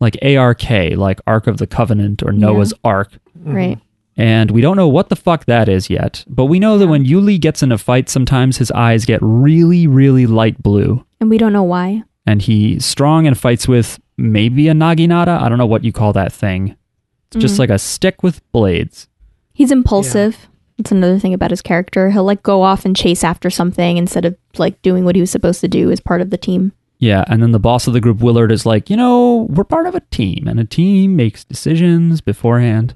like ARK, like Ark of the Covenant or Noah's Ark.
right
And we don't know what the fuck that is yet, but we know that when Yuli gets in a fight, sometimes his eyes get really, really light blue,
and we don't know why
and he's strong and fights with maybe a naginata. I don't know what you call that thing. It's just like a stick with blades.
He's impulsive. That's another thing about his character. He'll like go off and chase after something instead of like doing what he was supposed to do as part of the team.
Yeah, and then the boss of the group, Willard, is like, you know, we're part of a team, and a team makes decisions beforehand.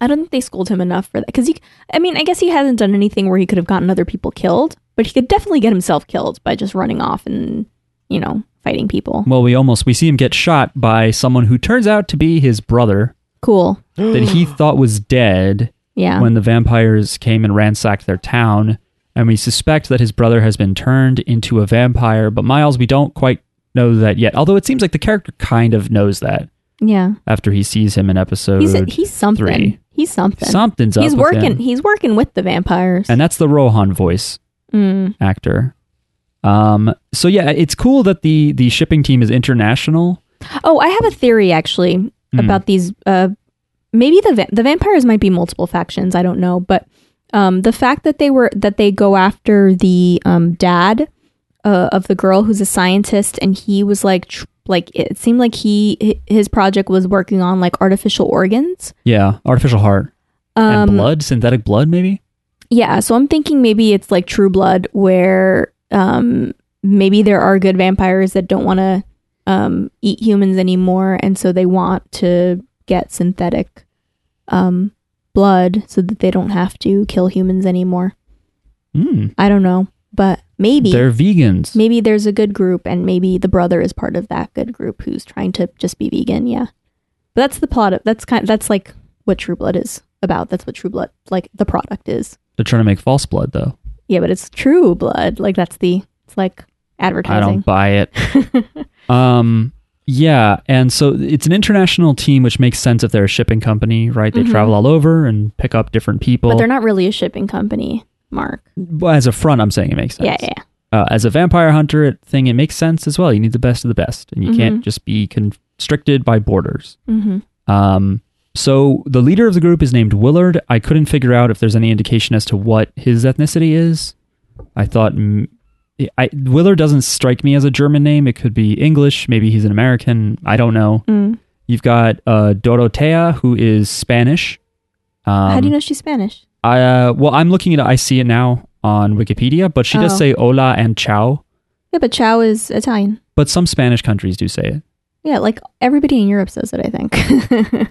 I don't think they schooled him enough for that because he. I mean, I guess he hasn't done anything where he could have gotten other people killed, but he could definitely get himself killed by just running off and you know fighting people.
Well, we almost we see him get shot by someone who turns out to be his brother
Cool.
that he thought was dead.
Yeah.
when the vampires came and ransacked their town, and we suspect that his brother has been turned into a vampire, but Miles, we don't quite know that yet. Although it seems like the character kind of knows that
yeah.
after he sees him in episode
He's he's something.
three.
He's something.
something's up.
he's
with
working.
him.
He's working with the vampires.
And that's the Rohan voice
mm,
actor. Um so yeah, it's cool that the the shipping team is international.
Oh, I have a theory actually about these. Uh, maybe the va- the vampires might be multiple factions. I don't know, but um, the fact that they were that they go after the um, dad uh, of the girl who's a scientist, and he was like tr- like it seemed like he hi- his project was working on like artificial organs.
Yeah, artificial heart and
Um,
blood, synthetic blood maybe?
yeah, so I'm thinking maybe it's like True Blood, where um, maybe there are good vampires that don't want to um, eat humans anymore, and so they want to get synthetic um, blood so that they don't have to kill humans anymore.
Mm,
I don't know, but maybe
they're vegans.
maybe there's a good group, and maybe the brother is part of that good group who's trying to just be vegan. Yeah, but that's the plot. Of, that's kind. That's like what True Blood is about. That's what True Blood like the product is.
They're trying to make false blood though.
Yeah, but it's true blood. Like that's the it's like
I don't
advertising.
buy it.
[laughs]
Um, yeah, and so it's an international team, which makes sense if they're a shipping company, right? They
Mhm.
travel all over and pick up different people.
but they're not really a shipping company, Mark.
Well, as a front, I'm saying it makes sense.
Yeah, yeah.
uh, as a vampire hunter thing, it makes sense as well. You need the best of the best, and you can't
Mhm.
just be constricted by borders.
Mm-hmm.
Um, so the leader of the group is named Willard. I couldn't figure out if there's any indication as to what his ethnicity is. I thought mm, I, Willard doesn't strike me as a German name. It could be English. Maybe he's an American. I don't know.
Mm.
You've got uh, Dorotea, who is Spanish. Um,
How do you know she's Spanish?
I, uh, well, I'm looking at I see it now on Wikipedia, but she does
Oh.
say hola and ciao.
Yeah, but Chow is Italian.
But some Spanish countries do say it.
Yeah, like everybody in Europe says it, I think,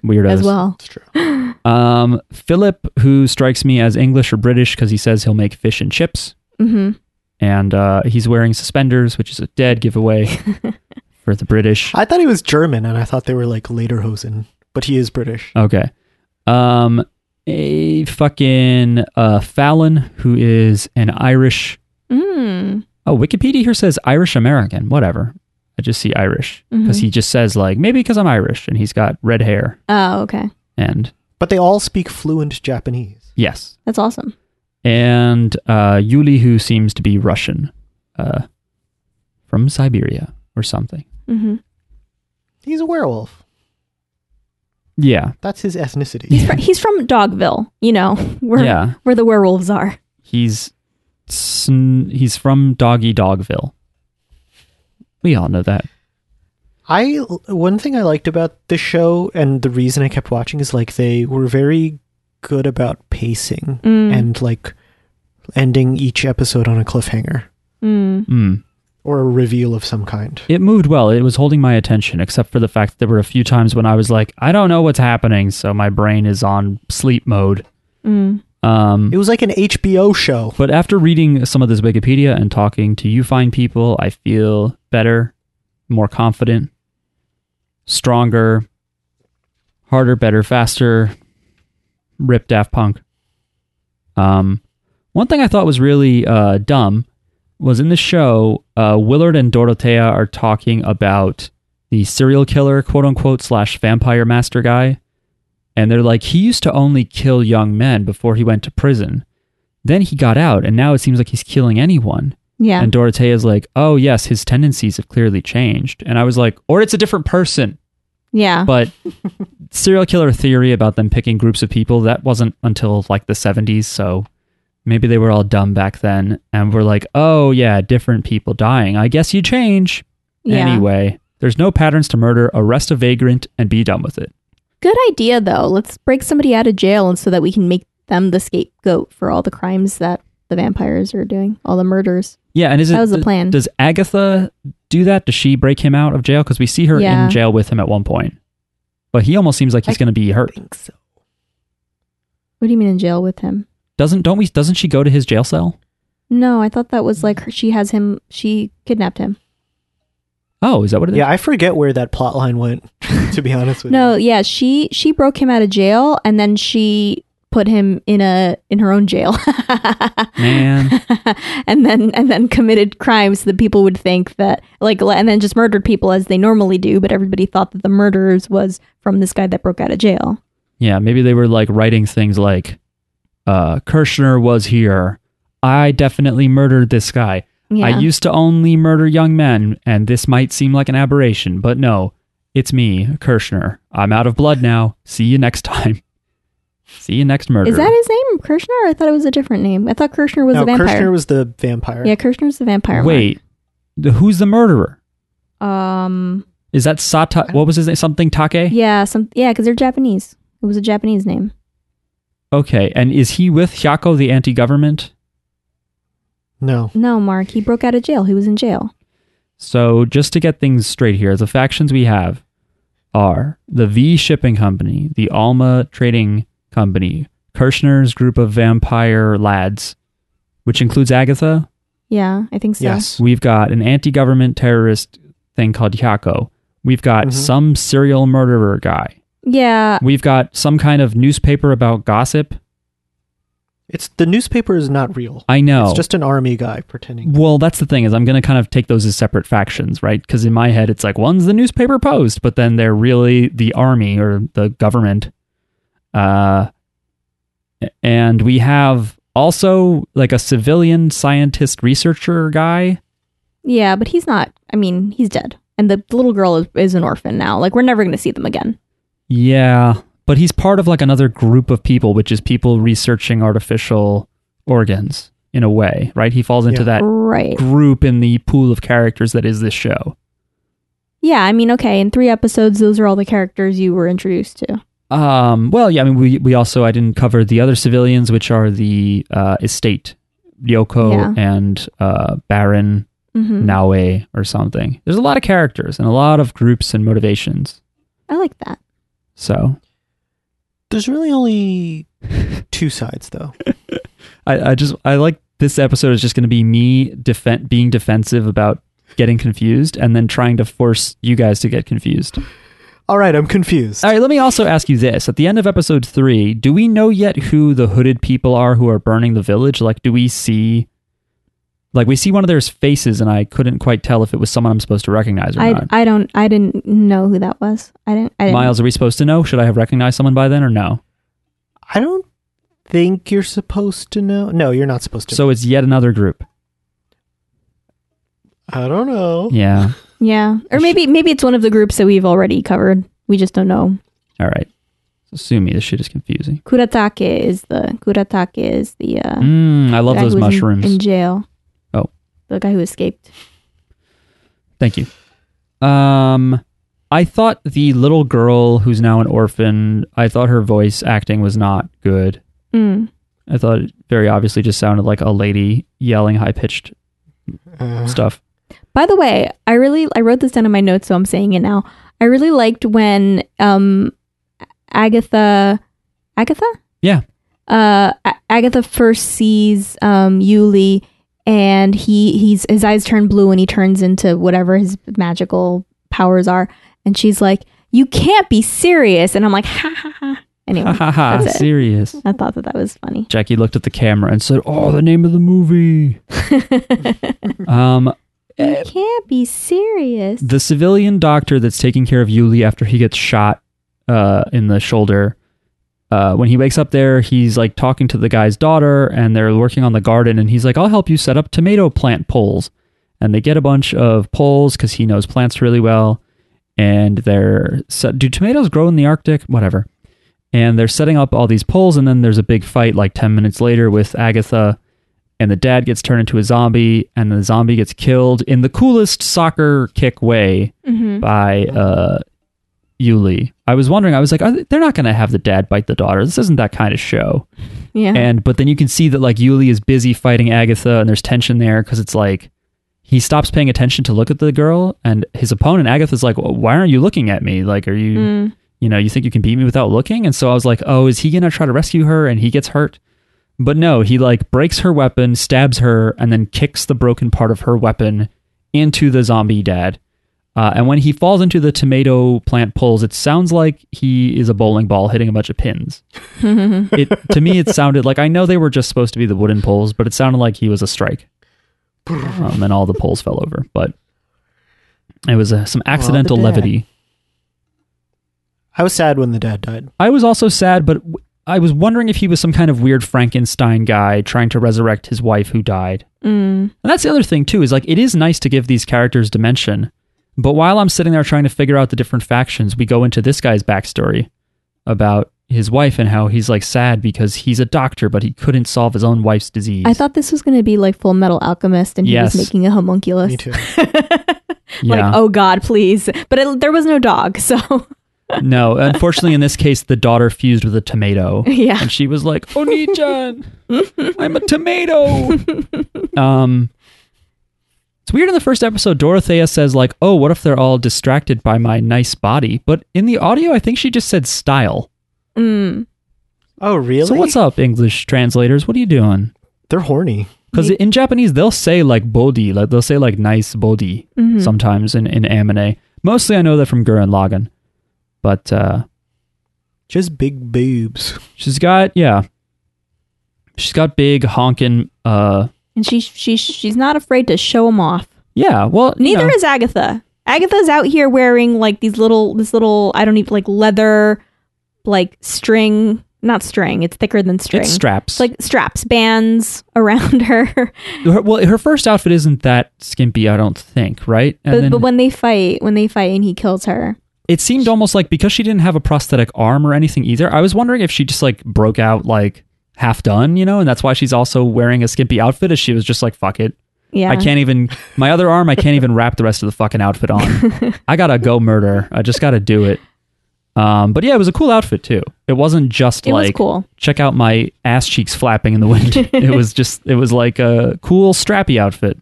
Weirdos.
[laughs] as well.
[gasps] That's true.
Um, Philip, who strikes me as English or British because he says he'll make fish and chips,
Mm-hmm.
and uh, he's wearing suspenders, which is a dead
[laughs]
giveaway for the British.
I thought he was German, and I thought they were like Lederhosen, but he is British.
Okay. Um, a fucking uh, Fallon, who is an Irish.
Mm.
Oh, Wikipedia here says Irish American. Whatever. I just see Irish because
Mhm.
he just says like maybe because I'm Irish and he's got red hair
Oh, okay.
and
But they all speak fluent Japanese.
yes
That's awesome.
and uh, Yuli, who seems to be Russian, uh, from Siberia or something.
Mm-hmm.
He's a werewolf.
Yeah,
That's his ethnicity.
He's, fr- he's from Dogville, you know, [laughs] where,
yeah.
where the werewolves are.
He's sn- he's from Doggy Dogville. We all know that.
I one thing I liked about the show and the reason I kept watching is like they were very good about pacing
Mm.
and like ending each episode on a cliffhanger
Mm.
Mm.
or a reveal of some kind.
It moved well. It was holding my attention, except for the fact that there were a few times when I was like, I don't know what's happening, so my brain is on sleep mode.
Mm.
Um,
It was like an HBO show.
But after reading some of this Wikipedia and talking to you fine people, I feel better, more confident, stronger, harder, better, faster. Rip Daft Punk. Um, one thing I thought was really uh, dumb was in the show, uh, Willard and Dorothea are talking about the serial killer, quote unquote, slash vampire master guy. And they're like, he used to only kill young men before he went to prison. Then he got out, and now it seems like he's killing anyone.
Yeah.
And Dorothea's like, oh, yes, his tendencies have clearly changed. And I was like, or it's a different person.
yeah.
But serial killer theory about them picking groups of people, that wasn't until like the 70s. So maybe they were all dumb back then and were like, oh, yeah, different people dying. I guess you change.
yeah.
Anyway, there's no patterns to murder, arrest a vagrant, and be done with it.
Good idea, though. Let's break somebody out of jail and so that we can make them the scapegoat for all the crimes that the vampires are doing, all the murders.
Yeah, and is it
That was the plan.
Does Agatha do that? Does she break him out of jail? Because we see her
Yeah.
in jail with him at one point, but he almost seems like he's
I
going to be hurt.
think so.
What do you mean in jail with him?
Doesn't don't we? Doesn't she go to his jail cell?
No, I thought that was like her, she has him, she kidnapped him.
Oh, is that what it is?
Yeah, I forget where that plot line went, [laughs] to be honest with
No,
you.
yeah, she she broke him out of jail and then she put him in a in her own jail. [laughs]
Man.
and then and then committed crimes that people would think that like and then just murdered people as they normally do, but everybody thought that the murderers was from this guy that broke out of jail.
Yeah, maybe they were like writing things like, uh, "Kirshner was here. I definitely murdered this guy.
Yeah.
I used to only murder young men, and this might seem like an aberration, but no, it's me, Kirshner. I'm out of blood now. See you next [laughs] time. See you next murder.
Is that his name, Kirshner? I thought it was a different name. I thought Kirshner was
no,
a vampire.
Kirshner was the vampire.
yeah, Kirshner's the vampire.
Wait, the- who's the murderer?
one. Um.
Is that Sata? What was his name? Something
Eh.
Take?
Yeah. Some. Yeah, because they're Japanese. It was a Japanese name.
Okay, and is he with Hyako, the anti-government?
No.
No, Mark. He broke out of jail. He was in jail.
So just to get things straight here, the factions we have are the V Shipping Company, the Alma Trading Company, Kirshner's group of vampire lads, which includes Agatha.
Yeah, I think so.
Yes.
We've got an anti-government terrorist thing called Hyako. We've got
Mhm.
some serial murderer guy.
Uh,
Yeah.
We've got some kind of newspaper about gossip.
It's the newspaper is not real.
I know.
It's just an army guy
[laughs]
pretending.
Well, that's the thing is I'm going to kind of take those as separate factions, right? Because in my head, it's like one's the newspaper post, but then they're really the army or the government. Uh, and we have also like a civilian scientist researcher guy.
Yeah, but he's not. I mean, he's dead, and the little girl is, is an orphan now. Like we're never going to see them again.
Yeah, but he's part of like another group of people, which is people researching artificial organs in a way, right? He falls into
Yeah.
that
Right.
group in the pool of characters that is this show.
Yeah, I mean, okay, in three episodes, those are all the characters you were introduced to.
Um, well, yeah, I mean, we, we also, I didn't cover the other civilians, which are the uh, estate, Yoko
Yeah.
and uh, Baron
hmm
Naue or something. There's a lot of characters and a lot of groups and motivations.
I like that.
So
There's really only two sides, though.
I, I just, I like this episode is just going to be me defen- being defensive about getting confused and then trying to force you guys to get confused.
All right, I'm confused.
All right, let me also ask you this. At the end of episode three, do we know yet who the hooded people are who are burning the village? Like, do we see. Like, we see one of their faces, and I couldn't quite tell if it was someone I'm supposed to recognize or
I,
not.
I don't I didn't know who that was. I didn't. I didn't
Miles, are we supposed to know? Should I have recognized someone by then or no?
I don't think you're supposed to know. No, you're not supposed to.
So it's yet another group.
I don't know.
Yeah.
Yeah, or maybe maybe it's one of the groups that we've already covered. We just don't know.
All right. So sue me. This shit is confusing.
Kuratake is the Kuratake is the uh,
Mm, I
the
love
guy
those
who was in-
mushrooms.
in, jail.
Oh.
the guy who escaped.
Thank you. Um, I thought the little girl who's now an orphan, I thought her voice acting was not good.
Mm.
I thought it very obviously just sounded like a lady yelling high pitched
Uh,
stuff. [laughs]
By the way, I really I wrote this down in my notes, so I'm saying it now. I really liked when um Agatha Agatha
Yeah.
uh A- Agatha first sees um Yuli and he he's his eyes turn blue and he turns into whatever his magical powers are and she's like you can't be serious and I'm like ha ha ha anyway
Ha ha ha.
That's it.
Serious.
I thought that that was
[laughs]
funny [laughs]
Jackie looked at the camera and said, Oh, the name of the movie. um,
you can't be serious
the civilian doctor that's taking care of Yuli after he gets shot uh, in the shoulder. Uh, when he wakes up there, he's like talking to the guy's daughter and they're working on the garden. And he's like, I'll help you set up tomato plant poles. And they get a bunch of poles because he knows plants really well. And they're set. Do tomatoes grow in the Arctic? Whatever. And they're setting up all these poles. And then there's a big fight like 10 minutes later with Agatha and the dad gets turned into a zombie, and the zombie gets killed in the coolest soccer kick way
mm-hmm.
by uh, Yuli. I was wondering, I was like, Are they, they're not going to have the dad bite the daughter. This isn't that kind of show.
yeah
And but then you can see that like Yuli is busy fighting Agatha, and there's tension there because it's like he stops paying attention to look at the girl, and his opponent Agatha's like, "Well, "Why aren't you looking at me? Like, are you?"
Mm.
you know, you think you can beat me without looking? And so I was like, oh, is he going to try to rescue her? And he gets hurt. But no, he like breaks her weapon, stabs her, and then kicks the broken part of her weapon into the zombie dad. Uh, and when he falls into the tomato plant poles, it sounds like he is a bowling ball hitting a bunch of pins. it to me, it sounded like I know they were just supposed to be the wooden poles, but it sounded like he was a strike, um, and all the poles fell over. But it was uh, some accidental
dad.
levity.
I was sad when the dad died.
I was also sad, but w- I was wondering if he was some kind of weird Frankenstein guy trying to resurrect his wife who died.
Mm.
And that's the other thing too is like it is nice to give these characters dimension, but while I'm sitting there trying to figure out the different factions, we go into this guy's backstory about his wife and how he's like sad because he's a doctor but he couldn't solve his own wife's disease.
I thought this was going to be like Full Metal Alchemist, and
Yes.
he was making a homunculus.
[laughs]
Me too.
[laughs] Like, oh God, please! But it, there was no dog, [laughs] so
no, unfortunately, in this case, the daughter fused with a tomato.
Yeah.
and she was like, "Oni-chan, I'm a tomato." um, it's weird. In the first episode, Dorothea says like, "Oh, what if they're all distracted by my nice body?" But in the audio, I think she just said style.
mm.
Oh, really?
So what's up, English translators? What are you doing?
They're horny.
Because in Japanese, they'll say like body, like they'll say like nice body sometimes in in anime. Mostly, I know that from Gurren Lagann, but. uh
Just big boobs.
She's got yeah. She's got big honking. Uh,
and she she she's not afraid to show them off.
yeah. Well, you
Neither
know,
is Agatha. Agatha's out here wearing like these little this little I don't even like leather like string not string. It's thicker than string.
It's straps.
It's like straps, bands [laughs] around her.
her, well, her first outfit isn't that skimpy, I don't think, right? And
but,
then
but when they fight, when they fight and he kills her,
it seemed almost like because she didn't have a prosthetic arm or anything either. I was wondering if she just like broke out like half done, you know, and that's why she's also wearing a skimpy outfit. As she was just like, "Fuck it,
yeah,
I can't even my other arm. I can't even wrap the rest of the fucking outfit
[laughs]
on. I gotta go murder. I just gotta do it." Um, but yeah, it was a cool outfit too. It wasn't just
It was
like
cool.
check out my ass cheeks flapping in the wind. it was just it was like a cool strappy outfit.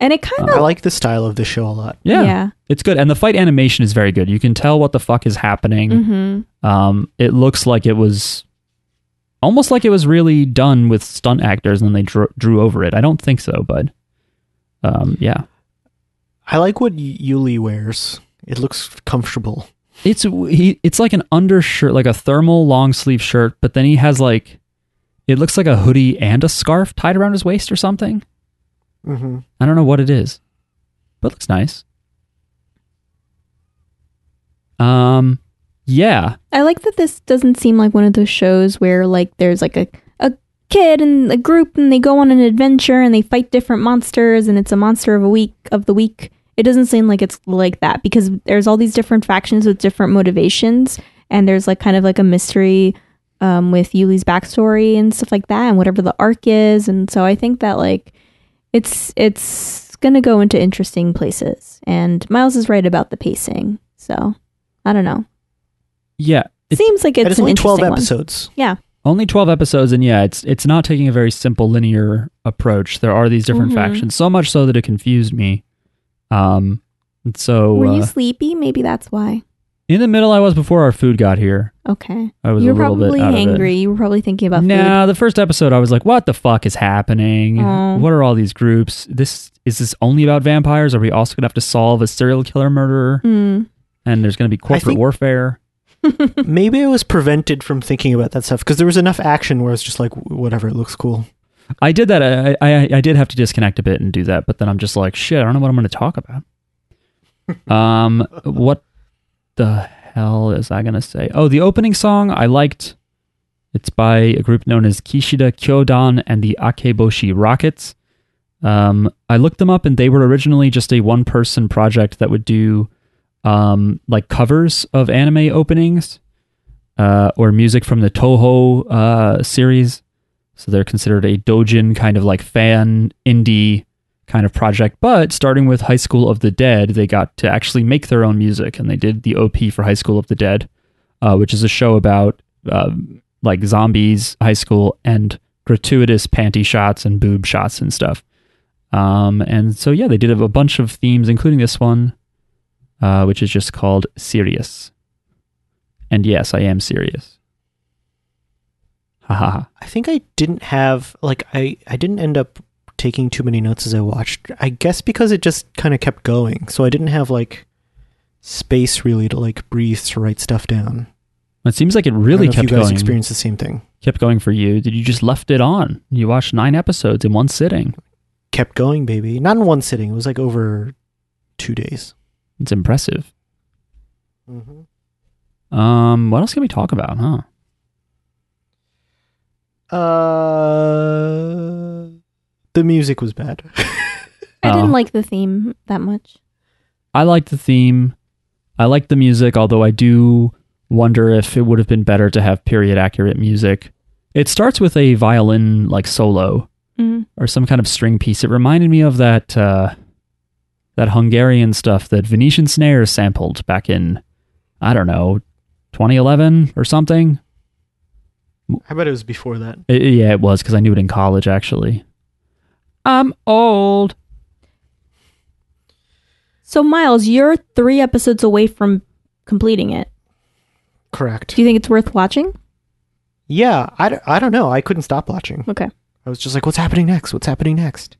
And it kind
I
of
like the style of the show a lot.
Yeah.
Yeah.
It's good. And the fight animation is very good. You can tell what the fuck is happening. Um, it looks like it was almost like it was really done with stunt actors and then they drew, drew over it. I don't think so, but um, yeah.
I like what Y- Yuli wears. It looks comfortable.
It's he, it's like an undershirt, like a thermal long sleeve shirt, but then he has like it looks like a hoodie and a scarf tied around his waist or something.
Mm-hmm.
I don't know what it is, but it looks nice. Um, yeah,
I like that this doesn't seem like one of those shows where like there's like a a kid and a group and they go on an adventure and they fight different monsters and it's a monster of a week of the week. It doesn't seem like it's like that because there's all these different factions with different motivations and there's like kind of like a mystery um, with Yuli's backstory and stuff like that and whatever the arc is and so I think that like it's it's gonna go into interesting places and Miles is right about the pacing so I don't know
yeah. It's
seems like it's,
and it's
an
only
interesting
twelve episodes.
only 12 episodes and yeah it's it's not taking a very simple linear approach there are these different
Mhm.
factions so much so that it confused me um and
one.
so
Were you
uh,
sleepy? Maybe that's why.
in the middle i was before our food got here
Okay.
i was
You
a
were
little
probably
bit out
hangry. You were probably thinking
of it
about food.
no the first episode i was like what the fuck is happening
Oh.
what are all these groups this is this only about vampires are we also gonna have to solve a serial killer murderer
Mm.
and there's gonna be corporate
think-
warfare
Maybe I was prevented from thinking about that stuff because there was enough action where I was just like, "W- whatever, it looks cool.
I did that. I, I I did have to disconnect a bit and do that, but then I'm just like, shit. I don't know what I'm going to talk about. um, what the hell is I going to say? Oh, the opening song I liked. It's by a group known as Kishida Kyodan and the Akeboshi Rockets. Um, I looked them up, and they were originally just a one-person project that would do um, like covers of anime openings uh, or music from the Toho uh, series. So they're considered a doujin kind of like fan indie kind of project. But starting with High School of the Dead, they got to actually make their own music, and they did the OP for High School of the Dead, uh, which is a show about um, like zombies, high school, and gratuitous panty shots and boob shots and stuff. Um, and so yeah, they did have a bunch of themes, including this one, uh, which is just called Serious. And yes, I am serious. Ha ha ha.
I think I didn't have like I I didn't end up taking too many notes as I watched. I guess because it just kind of kept going, so I didn't have like space really to like breathe to write stuff down.
It seems like it
I don't
really
know
kept
if you guys
going.
experienced the same thing.
Kept going for you. Did you just left it on? You watched nine episodes in one sitting.
Kept going, baby. Not in one sitting. It was like over two days.
It's impressive.
Mm-hmm.
Um, what else can we talk about, huh?
Uh, the music was bad.
I
Oh.
didn't like the theme that much.
I liked the theme. I liked the music, although I do wonder if it would have been better to have period accurate music. It starts with a violin like solo
Mm.
or some kind of string piece. It reminded me of that uh, that Hungarian stuff that Venetian Snares sampled back in I don't know 2011 or something.
I bet it was before that.
I- yeah, it was because I knew it in college actually. I'm old.
So Miles, you're three episodes away from completing it.
Correct.
Do you think it's worth watching?
Yeah, I, d- I don't know. I couldn't stop watching.
Okay.
I was just like, what's happening next? What's happening next?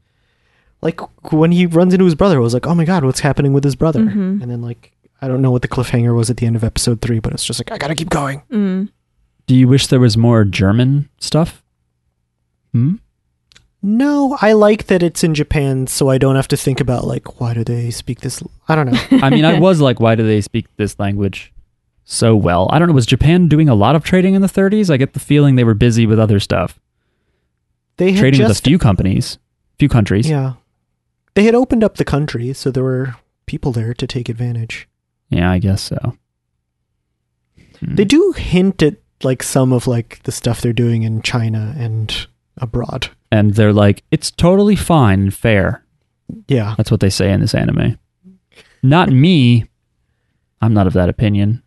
Like when he runs into his brother, I was like, oh my god, what's happening with his brother?
Mhm.
And then like I don't know what the cliffhanger was at the end of episode three, but it's just like I gotta keep going.
Mm.
Do you wish there was more German stuff? Hmm.
No, I like that it's in Japan, so I don't have to think [laughs] about like why do they speak this. l- I don't know.
I mean, I was like, why do they speak this language? so well. I don't know. Was Japan doing a lot of trading in the 30s? I get the feeling they were busy with other stuff,
They had
trading with a
just
few companies, few countries.
yeah, they had opened up the country, so there were people there to take advantage.
Yeah, I guess so. Hmm.
They do hint at like some of like the stuff they're doing in China and abroad.
and they're like, it's totally fine and fair.
Yeah,
That's what they say in this anime. Not me. I'm not of that opinion.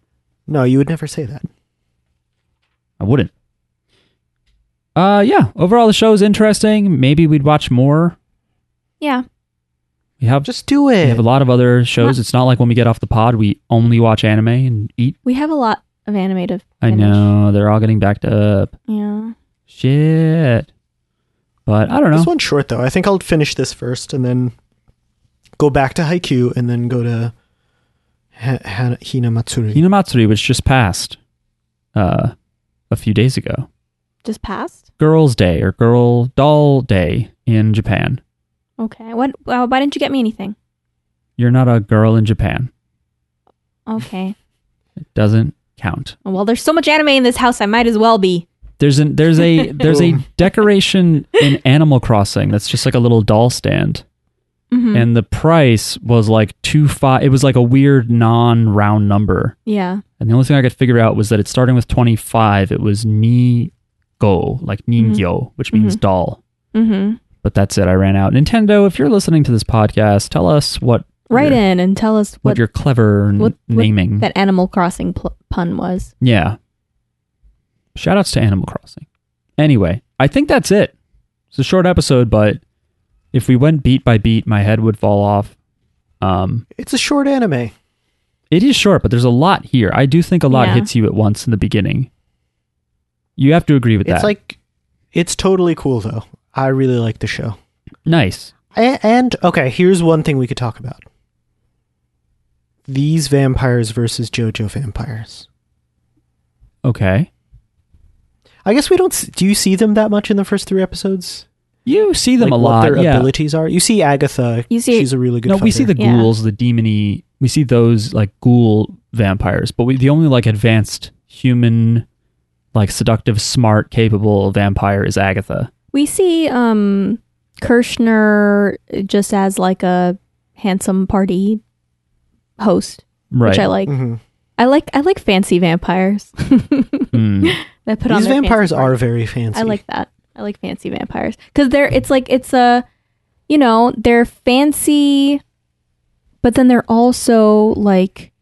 no, you would never say that.
I wouldn't. Uh, yeah. Overall, the show is interesting. Maybe we'd watch more.
Yeah.
We have
Just do
we have
it.
a lot of other shows. It's not like when we get off the pod, we only watch anime and eat.
We have a lot of anime to
I
finish.
know they're all getting backed up.
Yeah.
Shit. But I don't know.
This one's short though. I think I'll finish this first and then go back to Haikyuu and then go to ha- ha- Hina Matsuri.
Hinamatsuri, which just passed uh, a few days ago.
Just passed.
Girls' Day or Girl Doll Day in Japan.
Okay. What? Well, why didn't you get me anything?
You're not a girl in Japan.
Okay. Oh,
It doesn't count.
Well, there's so much anime in this house. I might as well be.
There's an there's
[laughs]
a there's a
Boom.
decoration in Animal Crossing that's just like a little doll stand,
Mm-hmm.
and the price was like two five. It was like a weird non-round number,
yeah.
and the only thing I could figure out was that it's starting with twenty five. It was ni go like
Hmm.
ningyo, which means doll.
Mm-hmm.
But that's it. I ran out. Nintendo, if you're listening to this podcast, tell us what
Write
your-
in and tell us
what,
what,
your clever n-
what- what
Mm-hmm. naming
that Animal Crossing pl- pun was.
Yeah. Shout outs to Animal Crossing. Anyway, I think that's it. It's a short episode, but if we went beat by beat, my head would fall off. Um,
It's a short anime.
it is short, but there's a lot here. I do think a lot
Yeah.
hits you at once in the beginning. You have to agree with
It's
that.
like it's totally cool though. I really like the show.
nice.
A- And okay, here's one thing we could talk about. These vampires versus JoJo vampires.
Okay.
I guess we don't. s- Do you see them that much in the first three episodes?
You see them
Like
a
What
lot.
their
yeah.
abilities are. You see Agatha.
You see-
she's a really good.
no, we see
fighter.
the
Yeah.
ghouls, the demony. We see those like ghoul vampires, but we the only like advanced human, like seductive, smart, capable vampire is Agatha.
We see um Kirshner just as like a handsome party host,
Right.
which I like.
Mhm.
I like I like fancy vampires [laughs]
Mm.
that put on
These
their fancy
vampires
party.
are very fancy.
I like that. I like fancy vampires because they're it's like it's a you know they're fancy, but then they're also like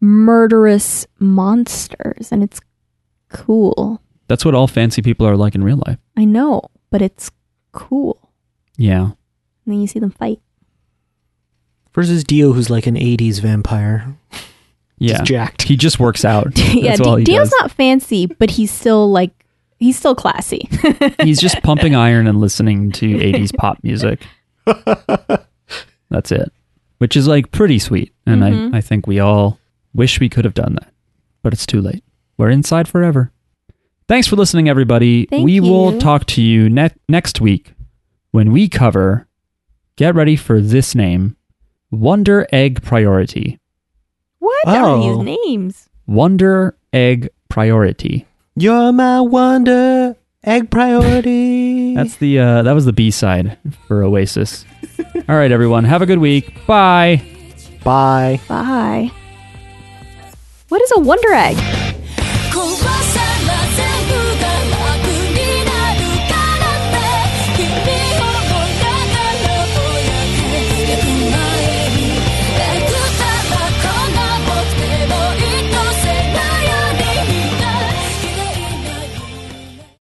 murderous monsters, and it's cool.
That's what all fancy people are like in real life.
I know, but it's cool.
Yeah.
And then you see them fight. [laughs]
versus Dio, who's like an '80s vampire. [laughs]
Yeah.
Just jacked.
he just works out.
[laughs] yeah,
That's all he
Dio's
does.
not fancy, but he's still like he's still classy. [laughs]
He's just pumping iron and listening to 80s pop music. That's it. Which is like pretty sweet. And
Mhm.
I, I think we all wish we could have done that. But it's too late. We're inside forever. Thanks for listening, everybody.
Thank
we will
you.
talk to you ne- next week when we cover get ready for this name Wonder Egg Priority.
what are
Oh.
his names?
Wonder Egg Priority.
You're my wonder egg priority.
That's the uh, that was the B side for
[laughs]
Oasis. All right, everyone, have a good week. Bye.
bye.
Bye. What is a wonder egg?
壊さ